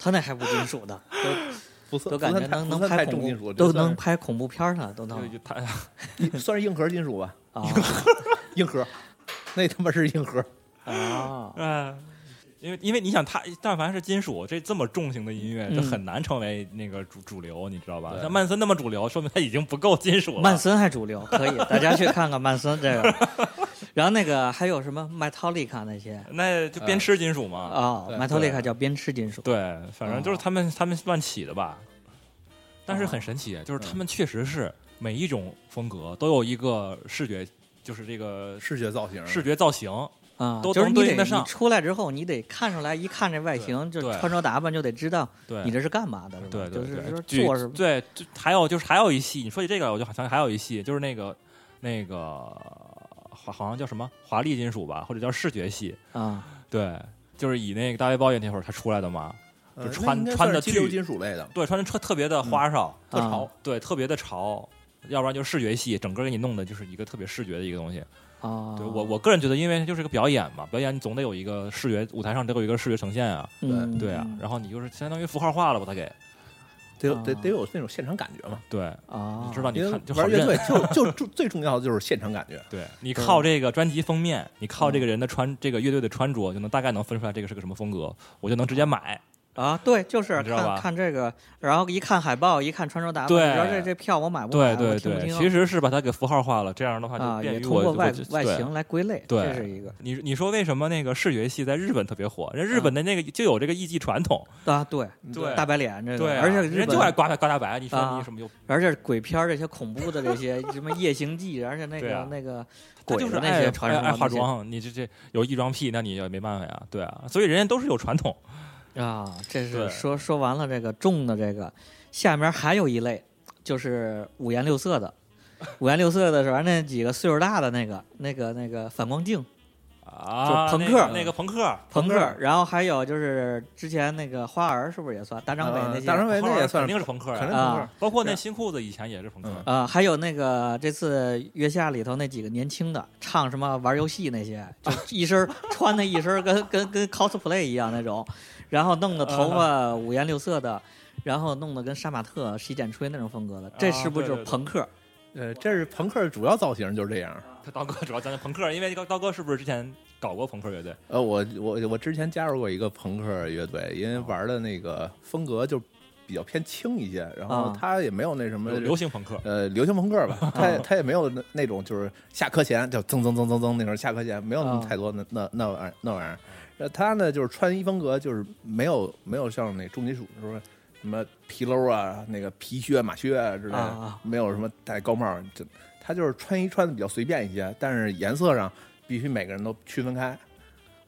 他那还不金属的，都
不算
都感觉
不算太
能能
不算
拍
太
恐
重金
怖，
属，
都
这算
能拍恐怖片儿了，
嗯
都能
就就他！
是算是硬核金属吧，
啊
硬核，那他妈是硬核，
啊
哎因为因为你想他，但凡是金属这这么重型的音乐，
嗯
就很难成为那个主主流，你知道吧？
对
像曼森那么主流，说明他已经不够金属了。
曼森还主流，可以，大家去看看曼森这
[LAUGHS]
个。然后那个还有什么 Metallica 那些
那就鞭笞金属嘛。
啊
对
，Metallica 叫鞭笞金属
对，反正就是
哦
他们、他们乱起的吧。但
嗯
是很神奇，就是他们确实是每一种风格都有一个视觉，就是这个
视觉造
嗯
型，
视觉造型。
啊，
都
就是
能
你
对
得
应得
你
上
出来之后，你得看出来，一看这外形，就
对
穿着打扮就得知道
对，
你这是干嘛的，是吧？
对对
就是
对
就是
举
做什么
对，就还有就是还有一系，你说起这个，我就好像还有一系，就是那个那个好好像叫什么华丽金属吧，或者叫视觉系，
啊，对
对，就是以那个大卫鲍伊那会儿他出来的嘛，
呃
就
那
穿
应该
穿
算
的
是激流
巨
金属类的，
对，穿着特特别的花哨，
嗯
嗯
特潮
对，特别的潮，要不然就视觉系，整个给你弄的就是一个特别视觉的一个东西。
啊，
对我我个人觉得，因为它就是个表演嘛，表演你总得有一个视觉，舞台上得有一个视觉呈现啊，
嗯
对啊，然后你就是相当于符号化了吧，它给
得有
啊
得得有那种现场感觉嘛。
对，
啊，
你知道你
因为
看就好
玩乐队
认。 [LAUGHS]
就就就最重要的就是现场感觉。
对你靠这个专辑封面，你靠
嗯
这个人的穿这个乐队的穿着，就能大概能分出来这个是个什么风格，我就能直接买。
啊，对，就是
你知道
看
吧
看这个，然后一看海报，一看穿着打扮，
对
你知道这这票我买不
对
买？我
对
听不
对，
听
其实是把它给符号化了，这样的话
啊，
就
也
便于
通
我
过
我
外
就
外
对
形来归类，
对
这是一个
你你说为什么那个视觉系在日本特别火？人日本的那个就有这个艺伎传统，
啊，对，
嗯对
大白脸这
对
个，
啊，
而且日
人
本
就爱刮大刮大白，你说
啊
你什么就
而且鬼片儿这些恐怖的这些什么夜行记，而且那
对
个
啊
那个
他
鬼
就是
的那
爱
些
爱
传说
爱化
那些
妆，你这这有异装癖，那你也没办法呀，对啊，所以人家都是有传统，
啊，这
对
是说说完了这个重的这个，下面还有一类就是五颜六色的，五颜六色的是吧？那几个岁数大的那个那个那个反光镜
啊，
就朋
那
克
个那个朋克，
朋
克
克，然后还有就是之前那个花儿是不是也算大张伟
呃
那些？
大张伟
朋克
那也算
肯定
是
是朋克
肯
呀，
定
啊
朋克
包括那新裤子以前也是朋克，
嗯
呃，还有那个这次月下里头那几个年轻的唱什么玩游戏那些，
[LAUGHS]
就一身儿穿的一身儿跟跟跟 cosplay 一样那种，然后弄的头
嗯
发五颜六色的，然后弄得跟杀马特洗剪吹那种风格的，这是不是
啊
就
对
是
对对
朋克？
呃，这是朋克主要造型就是这样。
他刀哥主要讲的朋克，因为刀哥是不是之前搞过朋克乐队？
呃，我我我之前加入过一个朋克乐队，因为玩的那个风格就比较偏轻一些，然后
啊
他也没有那什么
流行朋克，
呃流行朋
[LAUGHS]
克吧，他也他也没有那那种就是下课前就噌噌噌噌噌那种下课前没有那么
啊
太多那那那玩意儿那玩意儿。呃，他呢就是穿衣风格就是没有没有像那重金属什么什么皮褛啊，那个皮靴马靴啊之类的
啊，
没有什么戴高帽儿，就他就是穿衣穿的比较随便一些，但是颜色上必须每个人都区分开。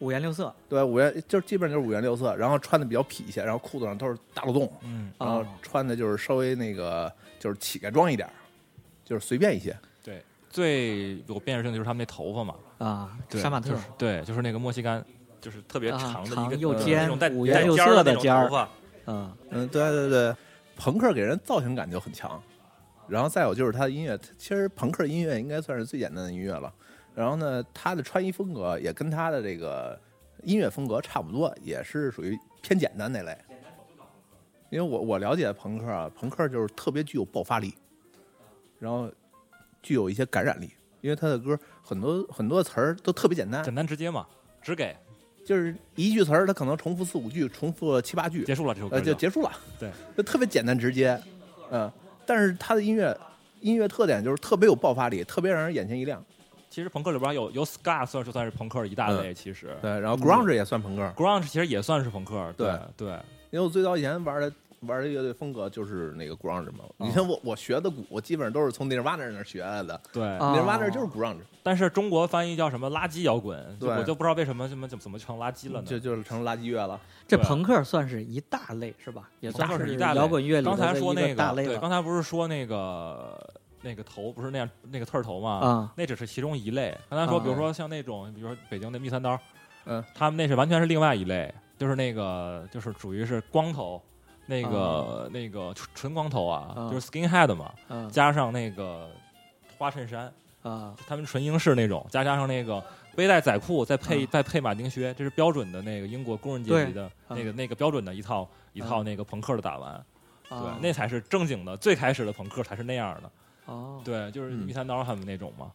五颜六色
对，五颜就是基本就是五颜六色，然后穿的比较痞一些，然后裤子上都是大漏洞，
嗯，
然后
哦
穿的就是稍微那个就是乞丐装一点儿，就是随便一些。
对，最有辨识性的就是他们那头发嘛，
啊，
对
杀马特
就是对，就是那个莫西干，就是特别
啊
长的
长
一个
又
呃
尖
那种带
五
带
颜六
尖儿
色
的
的
那种
尖儿
头发
啊
嗯，对对对，朋克给人造型感就很强，然后再有就是他的音乐，其实朋克音乐应该算是最简单的音乐了。然后呢，他的穿衣风格也跟他的这个音乐风格差不多，也是属于偏简单那类。因为我我了解朋克啊，朋克就是特别具有爆发力，然后具有一些感染力，因为他的歌很多很多词儿都特别简单，
简单直接嘛，只给
就是一句词儿，他可能重复四五句，重复七八句，
结束了这首歌
呃，就
就
结束了。
对，
就特别简单直接，嗯、但是他的音乐音乐特点就是特别有爆发力，特别让人眼前一亮。
其实朋克里边有有 ska 算就算是朋克一大类，其实
对，然后 grunge 也算朋克，
grunge 其实也算是朋克，对对
因为我最早以前玩的玩的乐队风格就是那个 grunge 嘛。
哦
你像我我学的鼓，我基本上都是从 Nirvana 那儿学来的
对。
啊
，Nirvana 就是 grunge，
但哎是中国翻译叫什么垃圾摇滚，就
对
我就不知道为什么怎么怎么怎么成垃圾了呢？
就就是成垃圾乐了。
这
对
朋克算是一大类是吧？也
朋
算
克
是
一哦大类
摇滚乐里
刚才
的
说
一
那
个大类
对，
了
刚才不是说那个那个头不是那样那个刺儿头吗？
啊
那只是其中一类。刚才说，
啊
比如说像那种，比如说北京的密三刀，
嗯，
他们那是完全是另外一类，就是那个就是属于是光头，那个、那个纯纯光头啊，
啊
就是 skinhead 嘛，
嗯
加上那个花衬衫，
啊
他们纯英式那种，再加上那个背带仔裤，再配、
啊
再配马丁靴，这是标准的那个英国工人阶级的
对
那个、
啊
那个标准的一套一套那个朋克的打扮，
啊
对，那才是正经的，最开始的朋克才是那样的，
哦。
对，就是
嗯
密三刀他们那种嘛，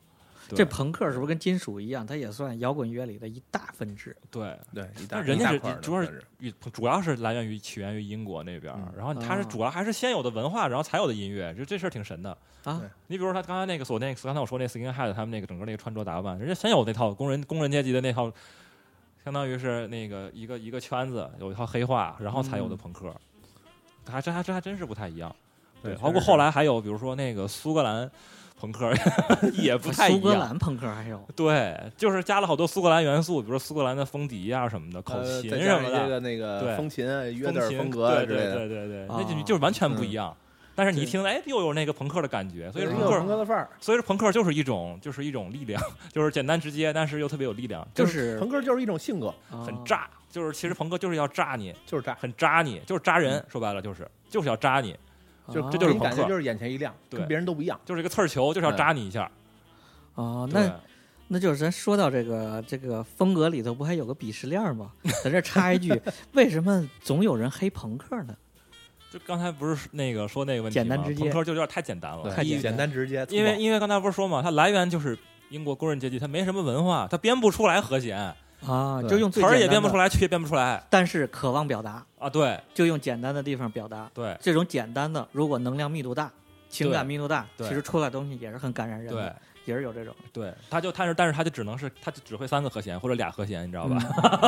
对
这朋克是不是跟金属一样？它也算摇滚乐里的一大分支
对。
对，一大
但人
一
家
大
是
块儿的
主要
算
是与主要是来源于起源于英国那边儿，
嗯
然后它是
啊
主要还是先有的文化，然后才有的音乐，就这事儿挺神的。
啊
对
你比如说他刚才那个所那个刚才我说那 skinhead 他们那个整个那个穿着打扮，人家先有那套工人工人阶级的那套，相当于是那个一个一个圈子有一套黑话，然后才有的
嗯
朋克，还这还这还真是不太一样。
对
包括后来还有比如说那个苏格兰朋克 [LAUGHS] 也不太一样。
啊苏格兰朋克还有
对，就是加了好多苏格兰元素，比如说苏格兰的风笛啊什么的，口
呃
琴
再
什
加上
么
这
的，
个那个
对
风琴、啊、
风
乐队
琴
风格啊
对
之类的
对
嗯
对。对对，
啊
那就就是完全不一样。但是你一听，哎，又有那个朋克的感觉，所以
有
朋
朋
克，
克的范儿，
所以说朋克就是一种就是一种力量， [LAUGHS] 就是简单直接，但是又特别有力量，
就
就是哦
是
朋克就是一啊种性格，
很，炸，就是其实朋克就是要炸你，
就是炸，
很扎你，就是扎
嗯
人，说白了就是就是要扎你，
啊
就
啊
这就是
你
朋
感觉
克
就是眼前一亮，
对
跟别人都不一样。
就是一个刺儿球，就是要扎你一下。
哦，
对
那那就是咱说到这个这个风格里头，不还有个鄙视链吗？在这插一
[LAUGHS]
句，为什么总有人黑朋克呢？
就刚才不是那个说那个问题
简单
吗
直接
朋克就有点太简单了，
太
对
简
简单直接，
因为
粗暴
因为刚才不是说嘛，它来源就是英国工人阶级，它没什么文化，它编不出来和弦，
啊，
对
就用最
词儿也
简单
编不
的
出，来，曲也编不出来
但是渴望表达，
啊。对
就用简单的地方表达。
对
这种简单的，如果能量密度大，情感密度大，
对
其实出来东西也是很感染人
对
的，也是有这种，
对，它就但是但是它就只能是它就只会三个和弦或者俩和弦，你知道吧？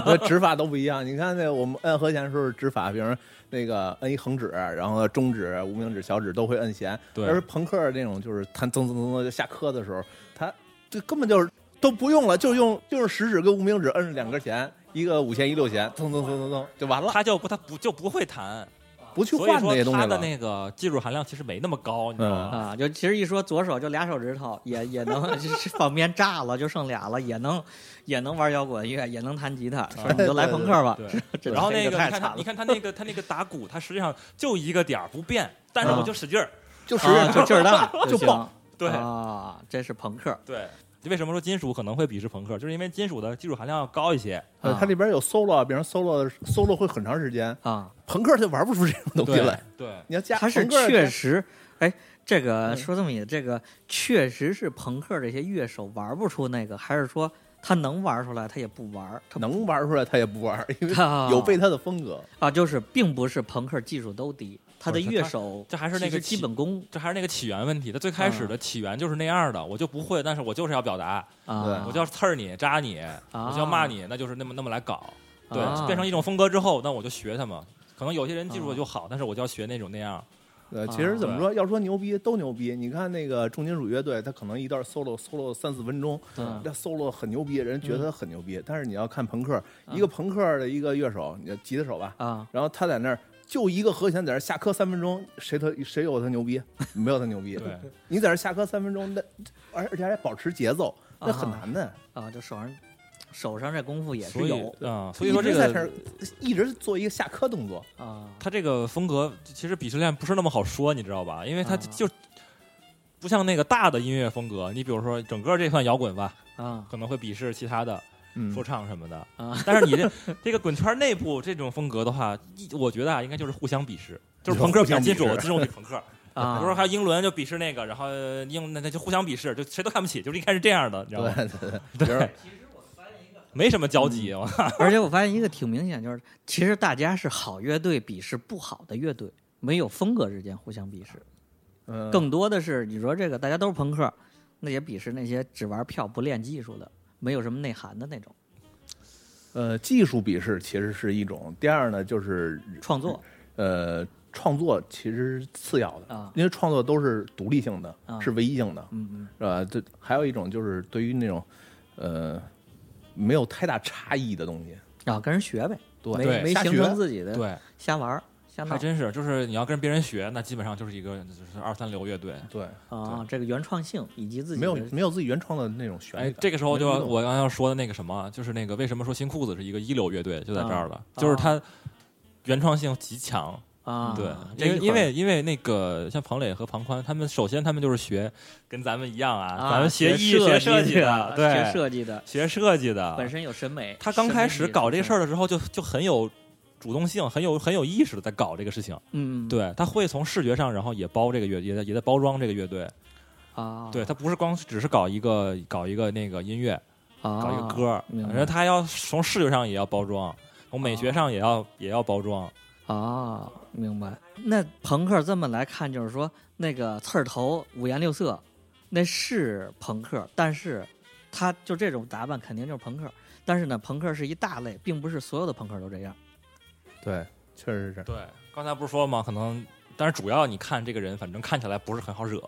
那指法都不一样。你看那我们摁和弦的时候指法，比如那个摁一横指，然后中指、无名指、小指都会摁弦。
对
而朋克那种就是弹噔噔噔噔就下磕的时候，他这根本就是都不用了，就用就用食指跟无名指摁两根弦，一个五弦一六弦，噔噔噔噔噔就完了，
[LAUGHS] 它就不它不就不会弹，
不去
所以
嗯换那
说
些东西
它的
了。
那个技术含量其实没那么高，你知道吗？
啊，就其实一说左手就俩手指头，也也能就是反面炸了，就剩俩了，也能也能玩摇滚乐，也能弹吉他，说你就来朋克吧。[LAUGHS]
啊对，
嗯这
然后
这
那个
太
你看
惨
他，你
了，
看他那个他那个打鼓，他实际上就一个点儿不变，但是我就使劲儿。
就是
啊，
[LAUGHS]
就劲儿大
就
行
爆
对
啊，这是朋克
对，为什么说金属可能会鄙视朋克？就是因为金属的技术含量要高一些。
呃
啊
它里边有 solo，比如 solo solo 会很长时间，
啊，
朋克就玩不出这种东西来。
对
你要加
它是
朋克
确实，哎，这个
嗯
说这么也，这个确实是朋克这些乐手玩不出那个，还是说他能玩出来，他也不玩，他
能玩出来，他也不玩，因为
他
有被他的风格。
啊，就是并不是朋克技术都低，他的
不是
乐
他
手
这还是那
其实
个
基
起
本功
这还是那个起源问题，它最开始的起源就是那样的，我就不会，但是我就是要表达，
啊，
我就要刺儿你、扎你，我就要骂你，那就是那么那么来搞。对，
啊
变成一种风格之后，那我就学他们。可能有些人技术就好，但是我就要学那种那样。
呃，其
啊
实怎么说，要说牛逼都牛逼。你看那个重金属乐队，他可能一段 solo solo 三四分钟，
嗯
那 solo 很牛逼，人觉得他很牛逼。但是你要看朋克，一个朋克的一个乐手，你吉他手吧，
啊
然后他在那儿就一个和弦在那儿下磕三分钟，谁他谁有他牛逼？没有他牛逼。
对，
你在那儿下磕三分钟，那而而且还保持节奏，那很
啊
难的。
啊，就手上手上这功夫也
所
是
以
有
啊，所以说这
一直在那儿
个
一直做一个下磕动作，
啊
他这个风格其实鄙视链不是那么好说，你知道吧？因为它
啊
就不像那个大的音乐风格，你比如说整个这块摇滚吧，
啊
可能会鄙视其他的
嗯
说唱什么的。
啊
但是你这 [LAUGHS] 这个滚圈内部这种风格的话，一我觉得啊，应该就是互相鄙视，就是朋克
互
比
相
金属
鄙，视
金属比朋克。比
啊，
如说还有英伦就鄙视那个，然后呃英那那就互相鄙视，就谁都看不起，就是一开始这样的，你知道吗？
对对对，比如
没什么交集，我
而且我发现一个挺明显，就是其实大家是好乐队鄙视不好的乐队，没有风格之间互相鄙视，
嗯
更多的是你说这个大家都是朋克，那也鄙视那些只玩票不练技术的，没有什么内涵的那种
呃，技术鄙视其实是一种。第二呢，就是
创作
呃，创作其实是次要的
啊
因为创作都是独立性的，
啊
是唯一性的，
嗯嗯
是吧？这还有一种就是对于那种呃没有太大差异的东西，
啊，跟人学呗，
对
没
对
没
瞎
形
学
成自己的，
对，
瞎玩儿瞎闹
还真是，就是你要跟别人学，那基本上就是一个就是二三流乐队。
对，
啊，这个原创性以及自己
没有
的
没有自己原创的那种旋律
哎
感。，
这个时候就
没有
要
那种
我刚要说的那个什么，就是那个为什么说新裤子是一个一流乐队，就在这儿了，就是
啊
它原创性极强。
啊，
对，
这
因为
一
因
会儿
为因为那个像彭磊和庞宽，他们首先他们就是学跟咱们一样啊，
啊
咱们学艺
学
学
设
计
的啊
的，，对，
学设计的
学设计的。
本身有审美，
他刚开始搞这事
儿，
儿的时候就，就很有主动性，很有很有意识的在搞这个事情。
嗯，嗯
对，他会从视觉上，然后也包这个乐，也在也在包装这个乐队。
啊，
对他不是光只是搞一个搞一个那个音乐，
啊，
搞一个歌儿，
明白
然后他还要从视觉上也要包装，从美学上也要、也要包装。
啊，明白。那朋克这么来看，就是说那个刺儿头五颜六色，那是朋克，但是他就这种打扮肯定就是朋克。但是呢，朋克是一大类，并不是所有的朋克都这样。 [LAUGHS]
对，确实是这样。
对，刚才不是说吗？可能，但是主要你看这个人，反正看起来不是很好惹。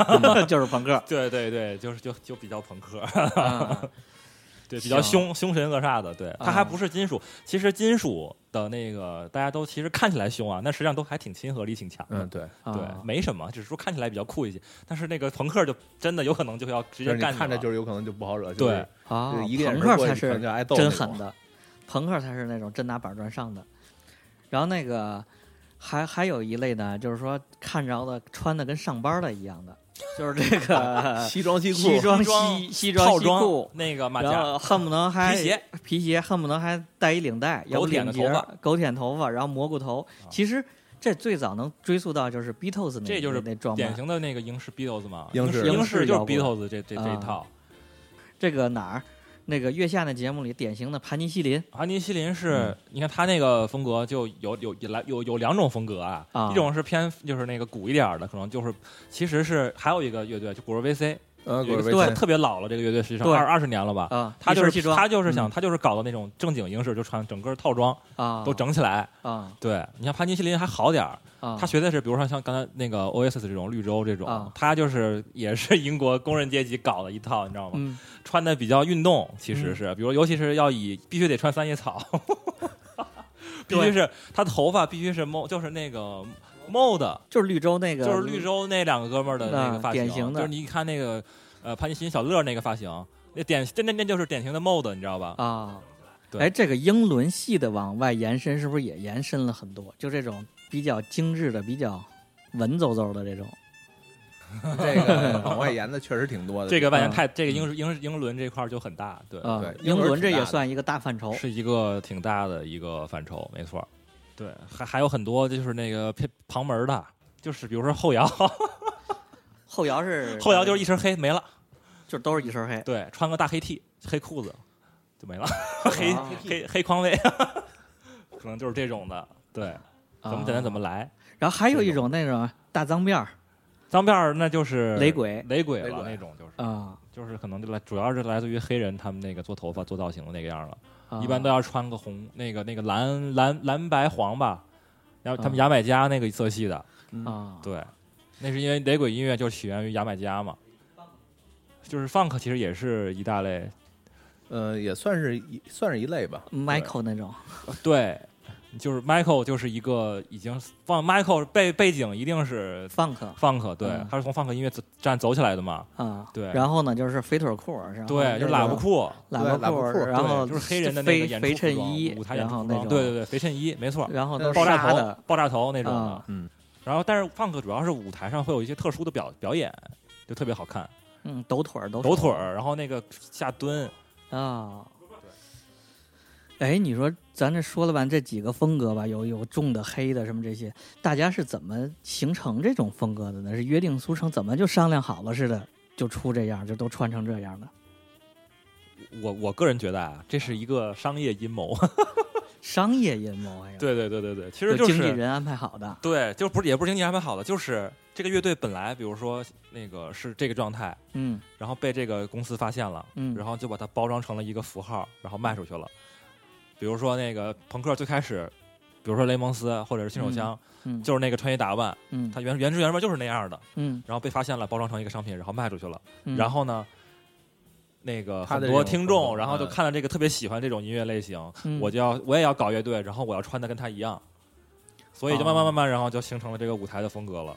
[LAUGHS]
就是朋克。 [LAUGHS]
对对对，就是就就比较朋克。
啊
对，比较
行嗯
凶凶神恶煞的，对，它还不是金属。其实金属的那个大家都其实看起来凶啊，那实际上都还挺亲和力挺强的。
嗯，对，
啊
对，没什么，只是说看起来比较酷一些。但是那个朋克就真的有可能就要直
就
接
是你
干
看着
是
就是有可能就不好惹，就
对
是
啊
就是，一个眼
朋
神
克
过去
才
可能
是
就挨揍
真
那种
狠的，朋克才是那种真拿板砖上的。然后那个还还有一类呢，就是说看着的穿的跟上班的一样的，就是这个
西装西裤，
西装
[LAUGHS] 西装
西西装
套
西
装
裤，
那个马
然
甲
后恨不能还
皮鞋，
皮鞋恨不能还带一领带，要不
狗舔
领
的
结
头
儿
发，啊
狗舔头发，然后蘑菇头。其实这最早能追溯到就是 Beatles 那
这就是
那那装扮
典。型的那个英式 Beatles 嘛，
英
英
式
英
英
式
式
就是
摇滚
Beatles 这这这一
啊
套。
这个哪儿？那个月下那节目里典型的盘尼西林
盘尼西林
嗯
是，你看他那个风格就有有有来有有两种风格啊，
啊
一种是偏就是那个鼓一点儿的，可能就是其实是还有一个乐队就古尔维 C，
呃，
有一
果
个
味
对
特别老了，这个乐队实际上
对
二二十年了吧。
啊，
他就
一身西
是
装
他就是想
嗯
他就是搞的那种正经英式，就穿整个套装
啊
都整起来。
啊
对你像盘尼西林还好点儿，
啊，
他学的是比如说像刚才那个 Oasis 这种绿洲这种
啊，
他就是也是英国工人阶级搞的一套，你知道吗？
嗯
穿的比较运动，其实是，比如尤其是要以必须得穿三叶草， [LAUGHS] 必须
对
是他头发必须是 mo 就是那个 mo 的，，
就是绿洲那个，
就是绿洲那两个哥们儿的那个
嗯
发型，
典型的
就是你一看那个呃潘金新小乐那个发型，那典那那那就是典型的 mo 的，你知道吧？
啊。
对
哎，这个英伦系的往外延伸，是不是也延伸了很多？就这种比较精致的、比较文绉绉的这种
这个往外延的确实挺多的。
这个外
嗯
延太这个英英英伦这块儿就很大，对，
啊
对，
英
英伦
伦这
挺大
也
的
算一个大范畴。
是一个挺大的一个范畴，没错儿。对，还还有很多就是那个偏旁门儿的，就是比如说后摇，
后摇是
[LAUGHS] 后摇就是一身黑没了。
就都是一身黑，
对，穿个大黑 T、黑裤子就没了， [LAUGHS] 黑
啊
黑黑匡威，可能就是这种的。对，怎么简单怎么
啊。
来。
然后还有一种那种大脏辫儿
脏辫儿那就是
雷鬼
雷鬼
雷
了
鬼
那种，就是
啊，
就是可能就来，主要是来自于黑人他们那个做头发、做造型的那个样儿了。
啊
一般都要穿个红，那个那个蓝蓝蓝白黄吧，然后他们
啊
牙买加那个色系的，
啊，
对，那是因为雷鬼音乐就起源于牙买加嘛。就是 funk 其实也是一大类，
呃，也算是一算是一类吧。
Michael 那种
对，就是 Michael 就是一个已经放 Michael 背背景一定是
funk
funk，对，
嗯
他是从 funk 音乐走站走起来的嘛，
啊，
对
然后呢就是肥腿裤儿，然后
对，就是
那
喇
个
叭裤，
对
喇叭
喇叭裤儿
然后
对就是黑人的那个
肥
演出
肥
服
衬
装
衣
舞，台演
然
出
后
服
那
装
种
对对对，肥衬衣，没错，
然后都是
爆炸
纱的
头，爆炸头那种的
啊，
嗯，
然后但是 funk 主要是舞台上会有一些特殊的表表演，就特别好看，
嗯，抖腿儿，抖
抖腿儿，然后那个下蹲，
啊。哎，你说咱这说了半这几个风格吧，有有重的、黑的什么这些，大家是怎么形成这种风格的呢？是约定俗成，怎么就商量好了似的，就出这样，就都穿成这样的？
我我个人觉得啊，这是一个商业阴谋， [LAUGHS]
商业阴谋哎呀，，
对对对对对，其实
有
就
经
是
纪人安排好的
对，就不是也不是经纪安排好的，就是这个乐队本来比如说那个是这个状态，
嗯
然后被这个公司发现了，
嗯
然后就把它包装成了一个符号，然后卖出去了。比如说那个朋克最开始，比如说雷蒙斯或者是新手枪，
嗯，
就是那个穿衣打扮，
嗯
它原原汁原味就是那样的，
嗯，
然后被发现了，包装成一个商品，然后卖出去了。
嗯
然后呢，那个
他
很
的
多
这种
听
风
众，
格
然后就
嗯
看到这个特别喜欢这种音乐类型，
嗯
我就要我也要搞乐队，然后我要穿的跟他一样，所以就慢慢慢慢，然后就形成了这个舞台的风格了。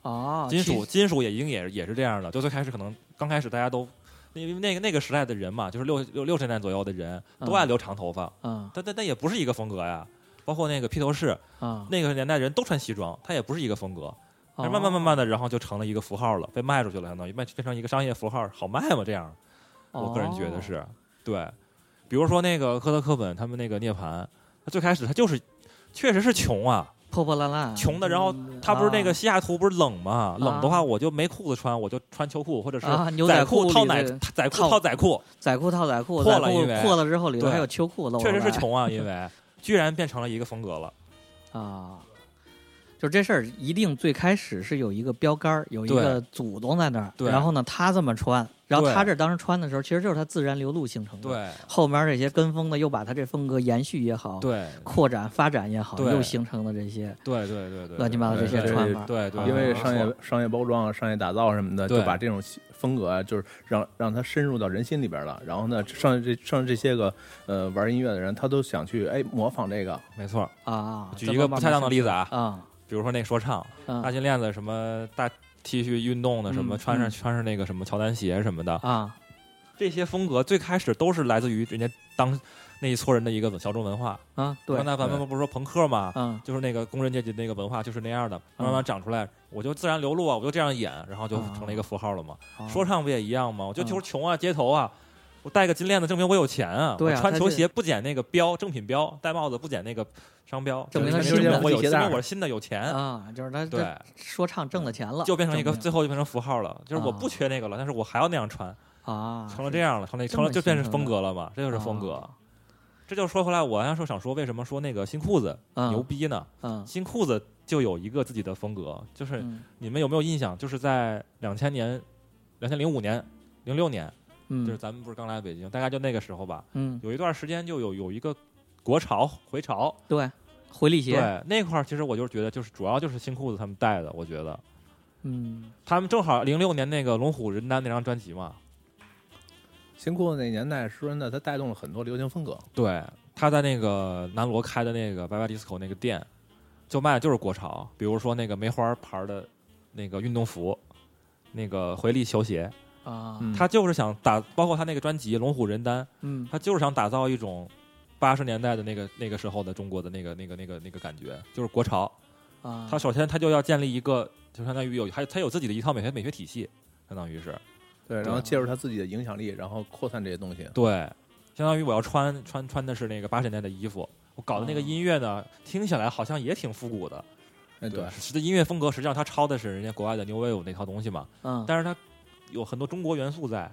哦，
金
其
属金属也已经也也是这样的，就最开始可能刚开始大家都因为那个那个时代的人嘛，就是六六六十年代左右的人都
嗯
爱留长头发，
啊
但但但也不是一个风格呀。包括那个披头士，
啊，
那个年代人都穿西装，它也不是一个风格。
哦
但是慢慢慢慢的，然后就成了一个符号了，被卖出去了，相当于卖变成一个商业符号，好卖嘛？这样，
哦，
我个人觉得是对。比如说那个科特·科本他们那个涅槃，他最开始他就是确实是穷啊，
破破烂烂，
穷的。然后他不是那个
啊
西雅图不是冷嘛，冷的话我就没裤子穿，我就穿秋裤或者是
啊牛
仔
仔
裤
裤
套
里
奶
的
仔裤
套
套仔裤，
仔裤套仔裤，
破
仔
了
裤
因为
破了之后里头
对
还有秋裤露出
确
来，
实是穷啊，因为居然变成了一个风格了。
啊。就这事儿一定最开始是有一个标杆儿，有一个祖宗在那儿，
对
然后呢他这么穿，然后
对
他这当时穿的时候，其实就是他自然流露形成的。，
对
后面这些跟风的又把他这风格延续也好，
对
扩展发展也好，
对
又形成的这些
对对对对，
乱七八糟这些
对
穿法。啊
对对，
因为
没
商业
错
商业包装啊、商业打造什么的，
对
就把这种风格啊，就是让让它深入到人心里边了。然后呢，上这上这些个呃玩音乐的人，他都想去哎模仿这个，
没错。
啊，
举一个不恰当的例子啊，
啊，
比如说那个说唱，
嗯
大金链子什么大 T 恤运动的什么，
嗯
穿上
嗯
穿上那个什么乔丹鞋什么的，
啊，
这些风格最开始都是来自于人家当那一撮人的一个小众文化。
啊，对
刚，才咱们不是说朋克嘛，
嗯，
就是那个工人阶级的那个文化就是那样的，
嗯
慢慢长出来，我就自然流露啊，我就这样演，然后就
啊
成了一个符号了嘛。
好
说唱不也一样吗？我就
嗯
就是穷啊，街头啊。我戴个金链子证明我有钱啊！
对啊
我穿
他
球
这
鞋不捡那个标正品标，戴帽子不捡那个商标，
证明他
就是
新的
我有，
鞋
证
带
明我是新的有钱。
啊，就是他
对
这，说唱挣了钱了，
就变成一个
证明
最后就变成符号了，就是我不缺那个了，但是我还要那样穿，
啊，
成了这样了，成了
这
成
么
了就变成
形成
风格了嘛，这就是风格。
哦
这就说回来，我要说想说为什么说那个新裤子
嗯
牛逼呢？
嗯
新裤子就有一个自己的风格，就是
嗯
你们有没有印象？就是在两千年、两千零五年、零六年，
嗯，
就是咱们不是刚来北京，大概就那个时候吧，
嗯，
有一段时间就有有一个国潮回潮，
对，回力鞋，
对那块儿，其实我就是觉得就是主要就是新裤子他们带的，我觉得。
嗯
他们正好零六年那个《龙虎人丹》那张专辑嘛，
新裤子那年代，说真的，它带动了很多流行风格。
对，他在那个南锣开的那个 Y Y Disco 那个店，就卖的就是国潮，比如说那个梅花牌的那个运动服，那个回力球鞋，
啊，
嗯
他就是想打，包括他那个专辑《龙虎人丹》，
嗯
他就是想打造一种八十年代的那个那个时候的中国的那个那个那个那个感觉，就是国潮。
啊，
他首先他就要建立一个，就相当于有他他有自己的一套美学美学体系，相当于是。
对，然后借助他自己的影响力，然后扩散这些东西。
对，相当于我要穿穿穿的是那个八十年代的衣服，我搞的那个
哦
音乐呢，听起来好像也挺复古的。
哎，对，
实际音乐风格实际上它抄的是人家国外的 New Wave 那套东西嘛，
嗯
但是它有很多中国元素在，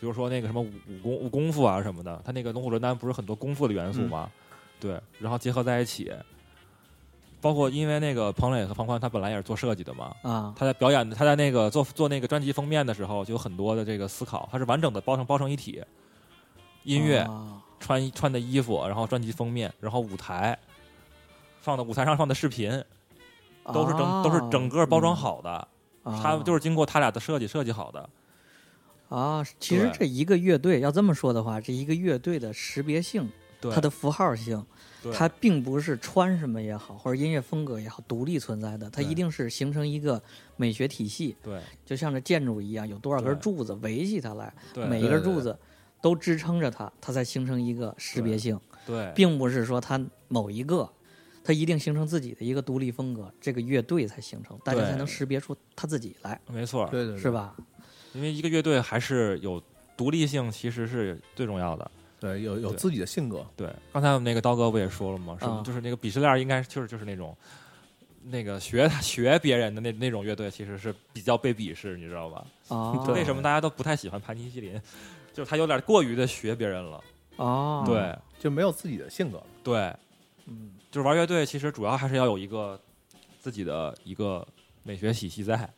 比如说那个什么武武功武功夫啊什么的，它那个《龙虎人丹》不是很多功夫的元素嘛，对，然后结合在一起。包括因为那个彭磊和庞宽，他本来也是做设计的嘛，
啊
他在表演，他在那个做做那个专辑封面的时候，就有很多的这个思考，他是完整的包成包成一体，音乐、
啊
穿穿的衣服，然后专辑封面，然后舞台放的舞台上放的视频，
哦
都是整、都是整个包装好的，
啊
他就是经过他俩的设计设计好的。
啊，其实
对
这一个乐队要这么说的话，这一个乐队的识别性，
对，
它的符号性，
对
它并不是穿什么也好，或者音乐风格也好，独立存在的，它
对
一定是形成一个美学体系，
对
就像这建筑一样，有多少根
对
柱子维系它来，
对
每一
对
根
对
柱
对
子都支撑着它，它才形成一个识别
对
性，
对
并不是说它某一个，它一定形成自己的一个独立风格，这个乐队才形成，大家
对
才能识别出它自己来，
没错，
对对，
是？吧？
因为一个乐队还是有独立性，其实是最重要的。
对，有有
对
自己的性格。
对，刚才我们那个刀哥不也说了吗？是
啊
就是那个鄙视链，应该就是就是那种。那个学 [LAUGHS] 学别人的那那种乐队，其实是比较被鄙视，你知道吧？
啊，
为什么大家都不太喜欢盘尼西林？就是他有点过于的学别人了。
哦，
对
就没有自己的性格，
对，
嗯
就是玩乐队，其实主要还是要有一个自己的一个美学体系在。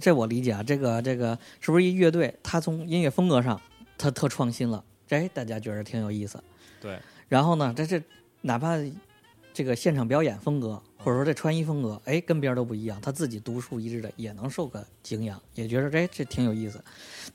这我理解啊，这个这个是不是一乐队？它从音乐风格上，它特创新了，哎，大家觉得挺有意思。
对，
然后呢，这这哪怕这个现场表演风格，
嗯
或者说这穿衣风格，哎，跟别人都不一样，他自己独树一帜的也能受个敬仰，也觉得哎这挺有意思。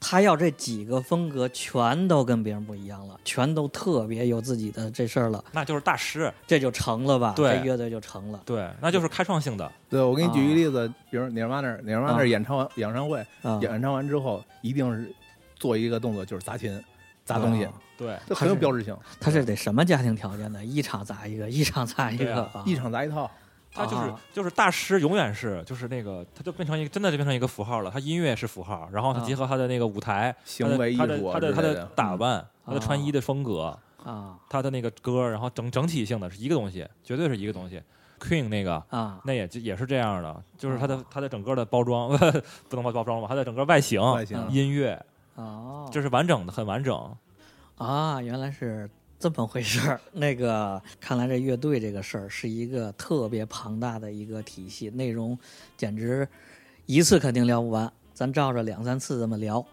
他要这几个风格全都跟别人不一样了，全都特别有自己的这事儿了，
那就是大师，
这就成了吧？
对
这乐队就成了
对，那就是开创性的，
对我给你举
啊
一个例子，比如 Nirvana 那儿 Nirvana 那
啊
儿演唱完演唱会，
啊。
演唱完之后一定是做一个动作，就是砸琴、砸东西
啊，
对
这很有标志性，
啊
他这得什么家庭条件呢？一场砸一个，一场砸一
对
个
啊
啊！
一场砸一套。
他就是、
啊
就是大师，永远是就是那个，他就变成一个真的就变成一个符号了。他音乐是符号，然后他
啊
结合他的那个舞台、
行为艺
他的
术啊
他的他
之类
的
的嗯
打扮、他的穿衣
啊
的风格、
啊
他的那个歌，然后整整体性的是一个东西，绝对是一个东西。Queen 那个
啊
那也就也是这样的，就是它的、
啊
它的整个的包装 [LAUGHS] 不能包包装吧，它的整嗯个外形、
外形啊
音乐，
哦，
这是完整的，很完整。
啊，原来是这么回事儿。 [LAUGHS] 那个，看来这乐队这个事儿是一个特别庞大的一个体系，内容简直一次肯定聊不完，咱照着两三次这么聊。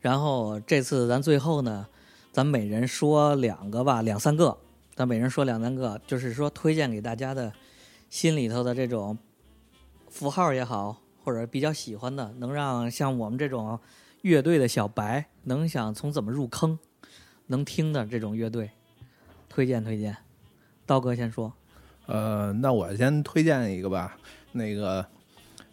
然后这次咱最后呢，咱每人说两个吧，两三个，咱每人说两三个，就是说推荐给大家的心里头的这种符号也好，或者比较喜欢的，能让像我们这种乐队的小白能想从怎么入坑。能听的这种乐队，推荐推荐。刀哥先说，
呃，那我先推荐一个吧，那个，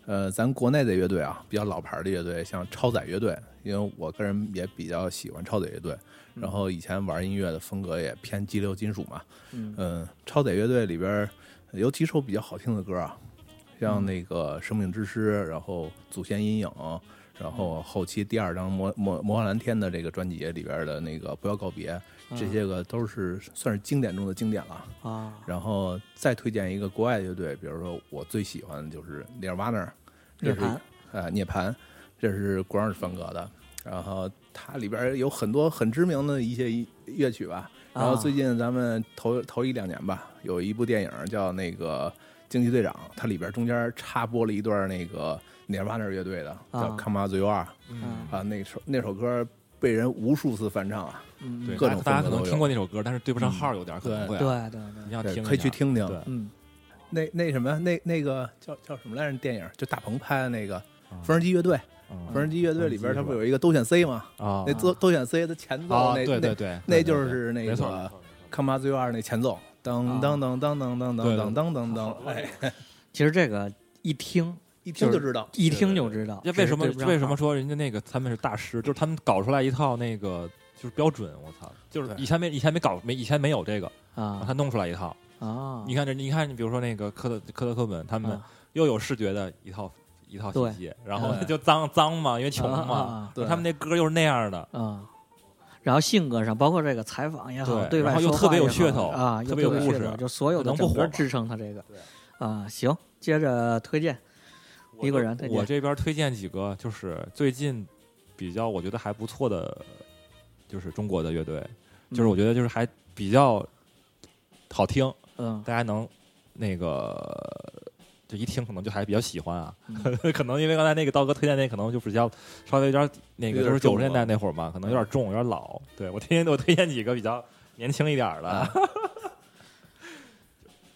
呃，咱国内的乐队啊，比较老牌的乐队，像超载乐队，因为我个人也比较喜欢超载乐队，然后以前玩音乐的风格也偏激流金属嘛，
嗯
嗯，超载乐队里边儿有几首比较好听的歌啊，像那个《生命之诗》，然后《祖先阴影》，然后后期第二张魔《魔魔幻蓝天》的这个专辑里边的那个《不要告别》，这些个都是算是经典中的经典了。
啊，
然后再推荐一个国外乐队，比如说我最喜欢的就是涅尔瓦纳，这是
涅槃
呃涅槃，这是古尔方格的。然后它里边有很多很知名的一些音乐曲吧。
啊
然后最近咱们头头一两年吧，有一部电影叫那个《惊奇队长》，它里边中间插播了一段那个涅尔瓦纳乐队的叫
啊
《康巴 m 尤二》
嗯
啊，那首那首歌被人无数次翻唱啊，
嗯，
对，
对
各种
大家大家
风格都有
可能
嗯
听过那首歌，但是对不上号有点可能会啊，
对对，
你要
对
听
可以去听听。
对
嗯
那那什么，那那个叫叫什么来着？电影就大鹏拍的那个
啊
缝纫机乐队，缝
啊
纫机乐队里边
缝纫机是吧
它不有一个都选 C 吗？
啊
那都都选 C 的前奏，那
哦对对
那
对对，
那
对
就是
对
那
没错
个
没错
康巴最二那前奏，
啊
噔噔噔噔噔噔
对
噔噔噔噔，哎，
其实这个一听
一听就知道。
一听就知道，
这为什么
只是对不上
为什么说人家那个他们是大师？就是他们搞出来一套那个就是标准，我操，就是
对
以前没以前没搞没以前没有这个，然后他
啊
弄出来一套。
啊？
你看这你看，你比如说那个科特科特克本，他们
啊
又有视觉的一套一套
对
体系，然后
嗯
就脏脏嘛，因为穷
啊
嘛，
啊
对
他们那歌又是那样的，
啊啊，然后性格上，包括这个采访也好，
对
对外
然后又
说话
特别有
也好
噱头
啊，又
特别有
特
故
噱
事
头就所有的
能不
整
火
个
吗
支撑他这个啊。行，接着推荐一个人推荐
我这边推荐几个，就是最近比较我觉得还不错的，就是中国的乐队，就是我觉得就是还比较好听，
嗯
大家能那个就一听可能就还比较喜欢啊。 [LAUGHS] 可能因为刚才那个刀哥推荐那可能就比较稍微有点那个
有点
就是
重
九十年
啊
代那会儿嘛，可能有点重，有点老。对我推荐 [LAUGHS] 我推荐几个比较年轻一点儿的。
啊
[LAUGHS]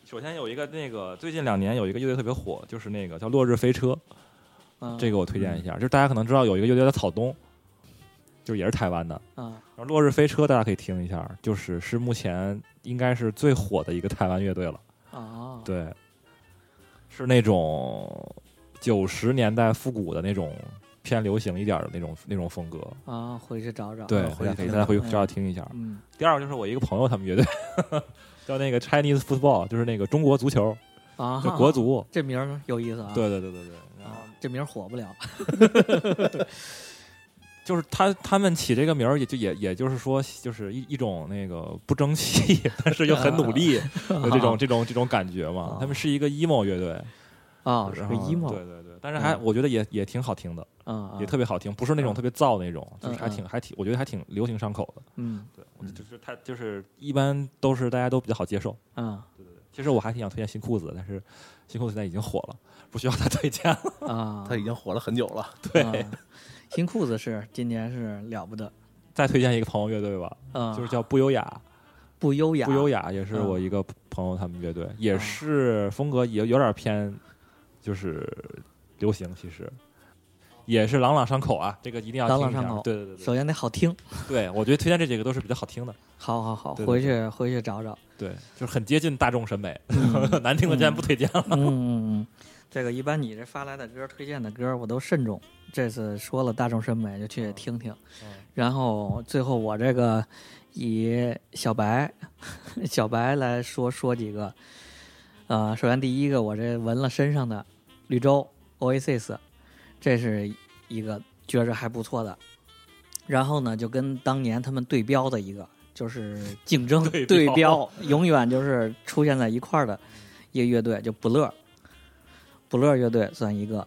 首先有一个那个最近两年有一个乐队特别火，就是那个叫落日飞车。
嗯
这个我推荐一下，就是大家可能知道有一个乐队叫草东，就是也是台湾的。
啊
然后落日飞车大家可以听一下，就是是目前应该是最火的一个台湾乐队了。
啊
对，是那种九十年代复古的那种偏流行一点的那种那种风格。
啊，回去找找
对，
回去
可以
听
大家回去
嗯
找找听一下。
嗯
第二个就是我一个朋友他们乐队， [LAUGHS] 叫那个 Chinese Football，就是那个中国足球，
啊
就国足。
这名儿有意思啊，
对对对对对，然后
啊，这名儿火不了。
就是他他们起这个名儿，也就也也就是说，就是一一种那个不争气，但是又很努
[LAUGHS]
力的这种这种这种感觉嘛
啊。
他们是一个 emo 乐队，
[LAUGHS] 啊，是
然
个
后
emo，
对对对，但是还
嗯
我觉得也也挺好听的，
嗯，
也特别好听，不是那种
嗯
特别燥那种，就是还
嗯嗯
挺还挺，我觉得还挺流行上口的。
嗯
对，我就是他就是一般都是大家都比较好接受。 [LAUGHS]
嗯
其实我还挺想推荐新裤子的，但是新裤子现在已经火了，不需要他推荐
[LAUGHS]
了。
啊，
他已经火了很久了，
对，
啊新裤子是今年是了不得，
再推荐一个朋友乐队吧，
嗯，
就是叫不优雅。
不优雅，
不优雅也是
嗯
我一个朋友他们乐队，也
嗯
是风格也有点偏，就是流行，其实也是朗朗上口啊，这个一定要
朗
听
朗
一下
上口
对对对
首
对，
先得好听，
对我觉得推荐这几个都是比较好听的，
好好好，
对对
回去回去
[LAUGHS]
找找。
对，就是很接近大众审美，
嗯
[LAUGHS] 难听的竟然不推荐了。
嗯嗯嗯， [LAUGHS] 这个一般你这发来的歌推荐的歌我都慎重，这次说了大众审美就去听听，然后最后我这个以小白 [LAUGHS] 小白来说说几个，呃，首先第一个我这纹了身上的绿洲 Oasis，这是一个觉着还不错的，然后呢就跟当年他们对标的一个就是竞争
对标
对标，永远就是出现在一块儿的一个乐队，就不乐，不乐乐队算一个，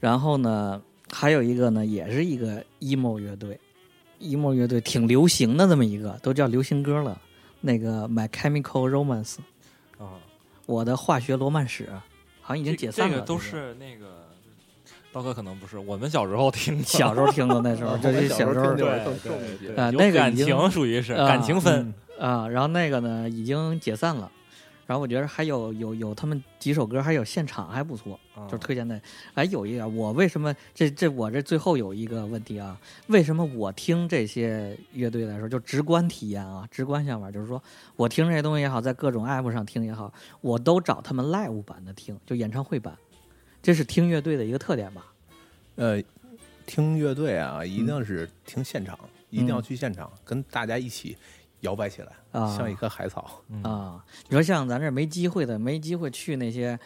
然后呢还有一个呢也是一个 emo 乐队。emo 乐队挺流行的这么一个，都叫流行歌了，那个《My Chemical Romance》，
啊，
我的化学罗曼史，好像嗯已
已
经解散了。
这个都是那个刀哥可能不是，我们小时候听的
这个小时候听的，那 [LAUGHS]
啊
时候就是小时候
听就
对
是更重一些
[LAUGHS] 对
啊
有
那个
感
已经
情属于是
啊
感情分，
啊，然后那个呢已经解散了，然后我觉得还有有有他们几首歌，还有现场还不错，
啊
就是推荐的。哎，有一个我为什么这这我这最后有一个问题啊？为什么我听这些乐队来说，就直观体验啊，直观想法就是说我听这些东西也好，在各种 app 上听也好，我都找他们 live 版的听，就演唱会版，这是听乐队的一个特点吧？
呃，听乐队啊，
嗯
一定是听现场，一定要去现场，跟大家一起摇摆起来，
啊
像一棵海草。
嗯
啊，你说像咱这没机会的，没机会去那些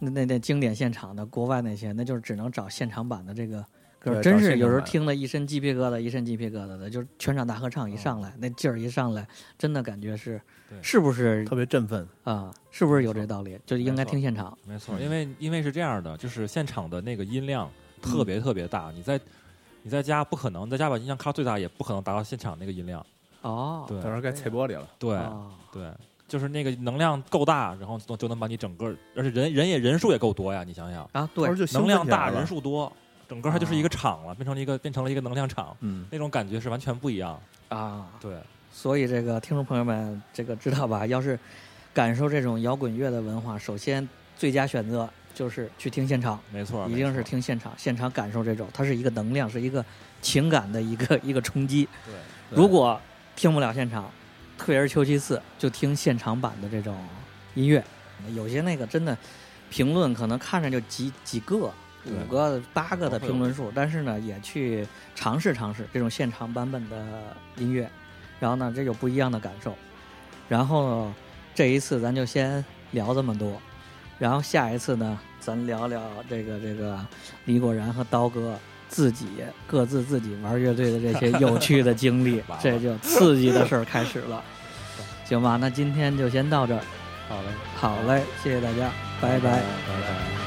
那那那经典现场的国外那些，那就是只能找现场版的这个歌，
对
真
找
是
现
有时候
场版
听得一身鸡皮疙瘩，一身鸡皮疙瘩的，就是全场大合
嗯
唱一上来，那劲儿一上来，真的感觉是
对
是不是
特别振奋，
啊？是不是有
没错
这道理？就
没
应该
错
听现场
没错，因为因为是这样的，就是现场的那个音量
嗯
特别特别大，你在你在家不可能，在家把音量开到最大也不可能达到现场那个音量，
哦，
对
到时候该踩玻璃了。
对
哦
对，就是那个能量够大，然后就就能把你整个，而且人人也人数也够多呀，你想想，
啊，
到
对
时候，就兴
能
奋
量
起来
大，
了
人，数多，整个它就是一
啊
个场了，变成了一个变成了一个能量场，
嗯，
那种感觉是完全不一样。
啊，
对，
所以这个听众朋友们，这个知道吧？要是感受这种摇滚乐的文化，首先最佳选择就是去听现场，
没错，
一定是
没错
听现场，现场感受这种，它是一个能量，是一个情感的一个一个冲击。
对。
对
如果听不了现场，退而求其次，就听现场版的这种音乐。有些那个真的评论可能看着就几几个、
对
五个、八个的评论数，但是呢，也去尝试尝试这种现场版本的音乐，然后呢，这有不一样的感受。然后这一次咱就先聊这么多，然后下一次呢，咱聊聊这个这个李果然和刀哥自己各自自己玩乐队的这些有趣的经历
完，了
这就刺激的事儿开始了，行吧？那今天就先到这儿，
好嘞，
好嘞，谢谢大家，拜拜
拜拜。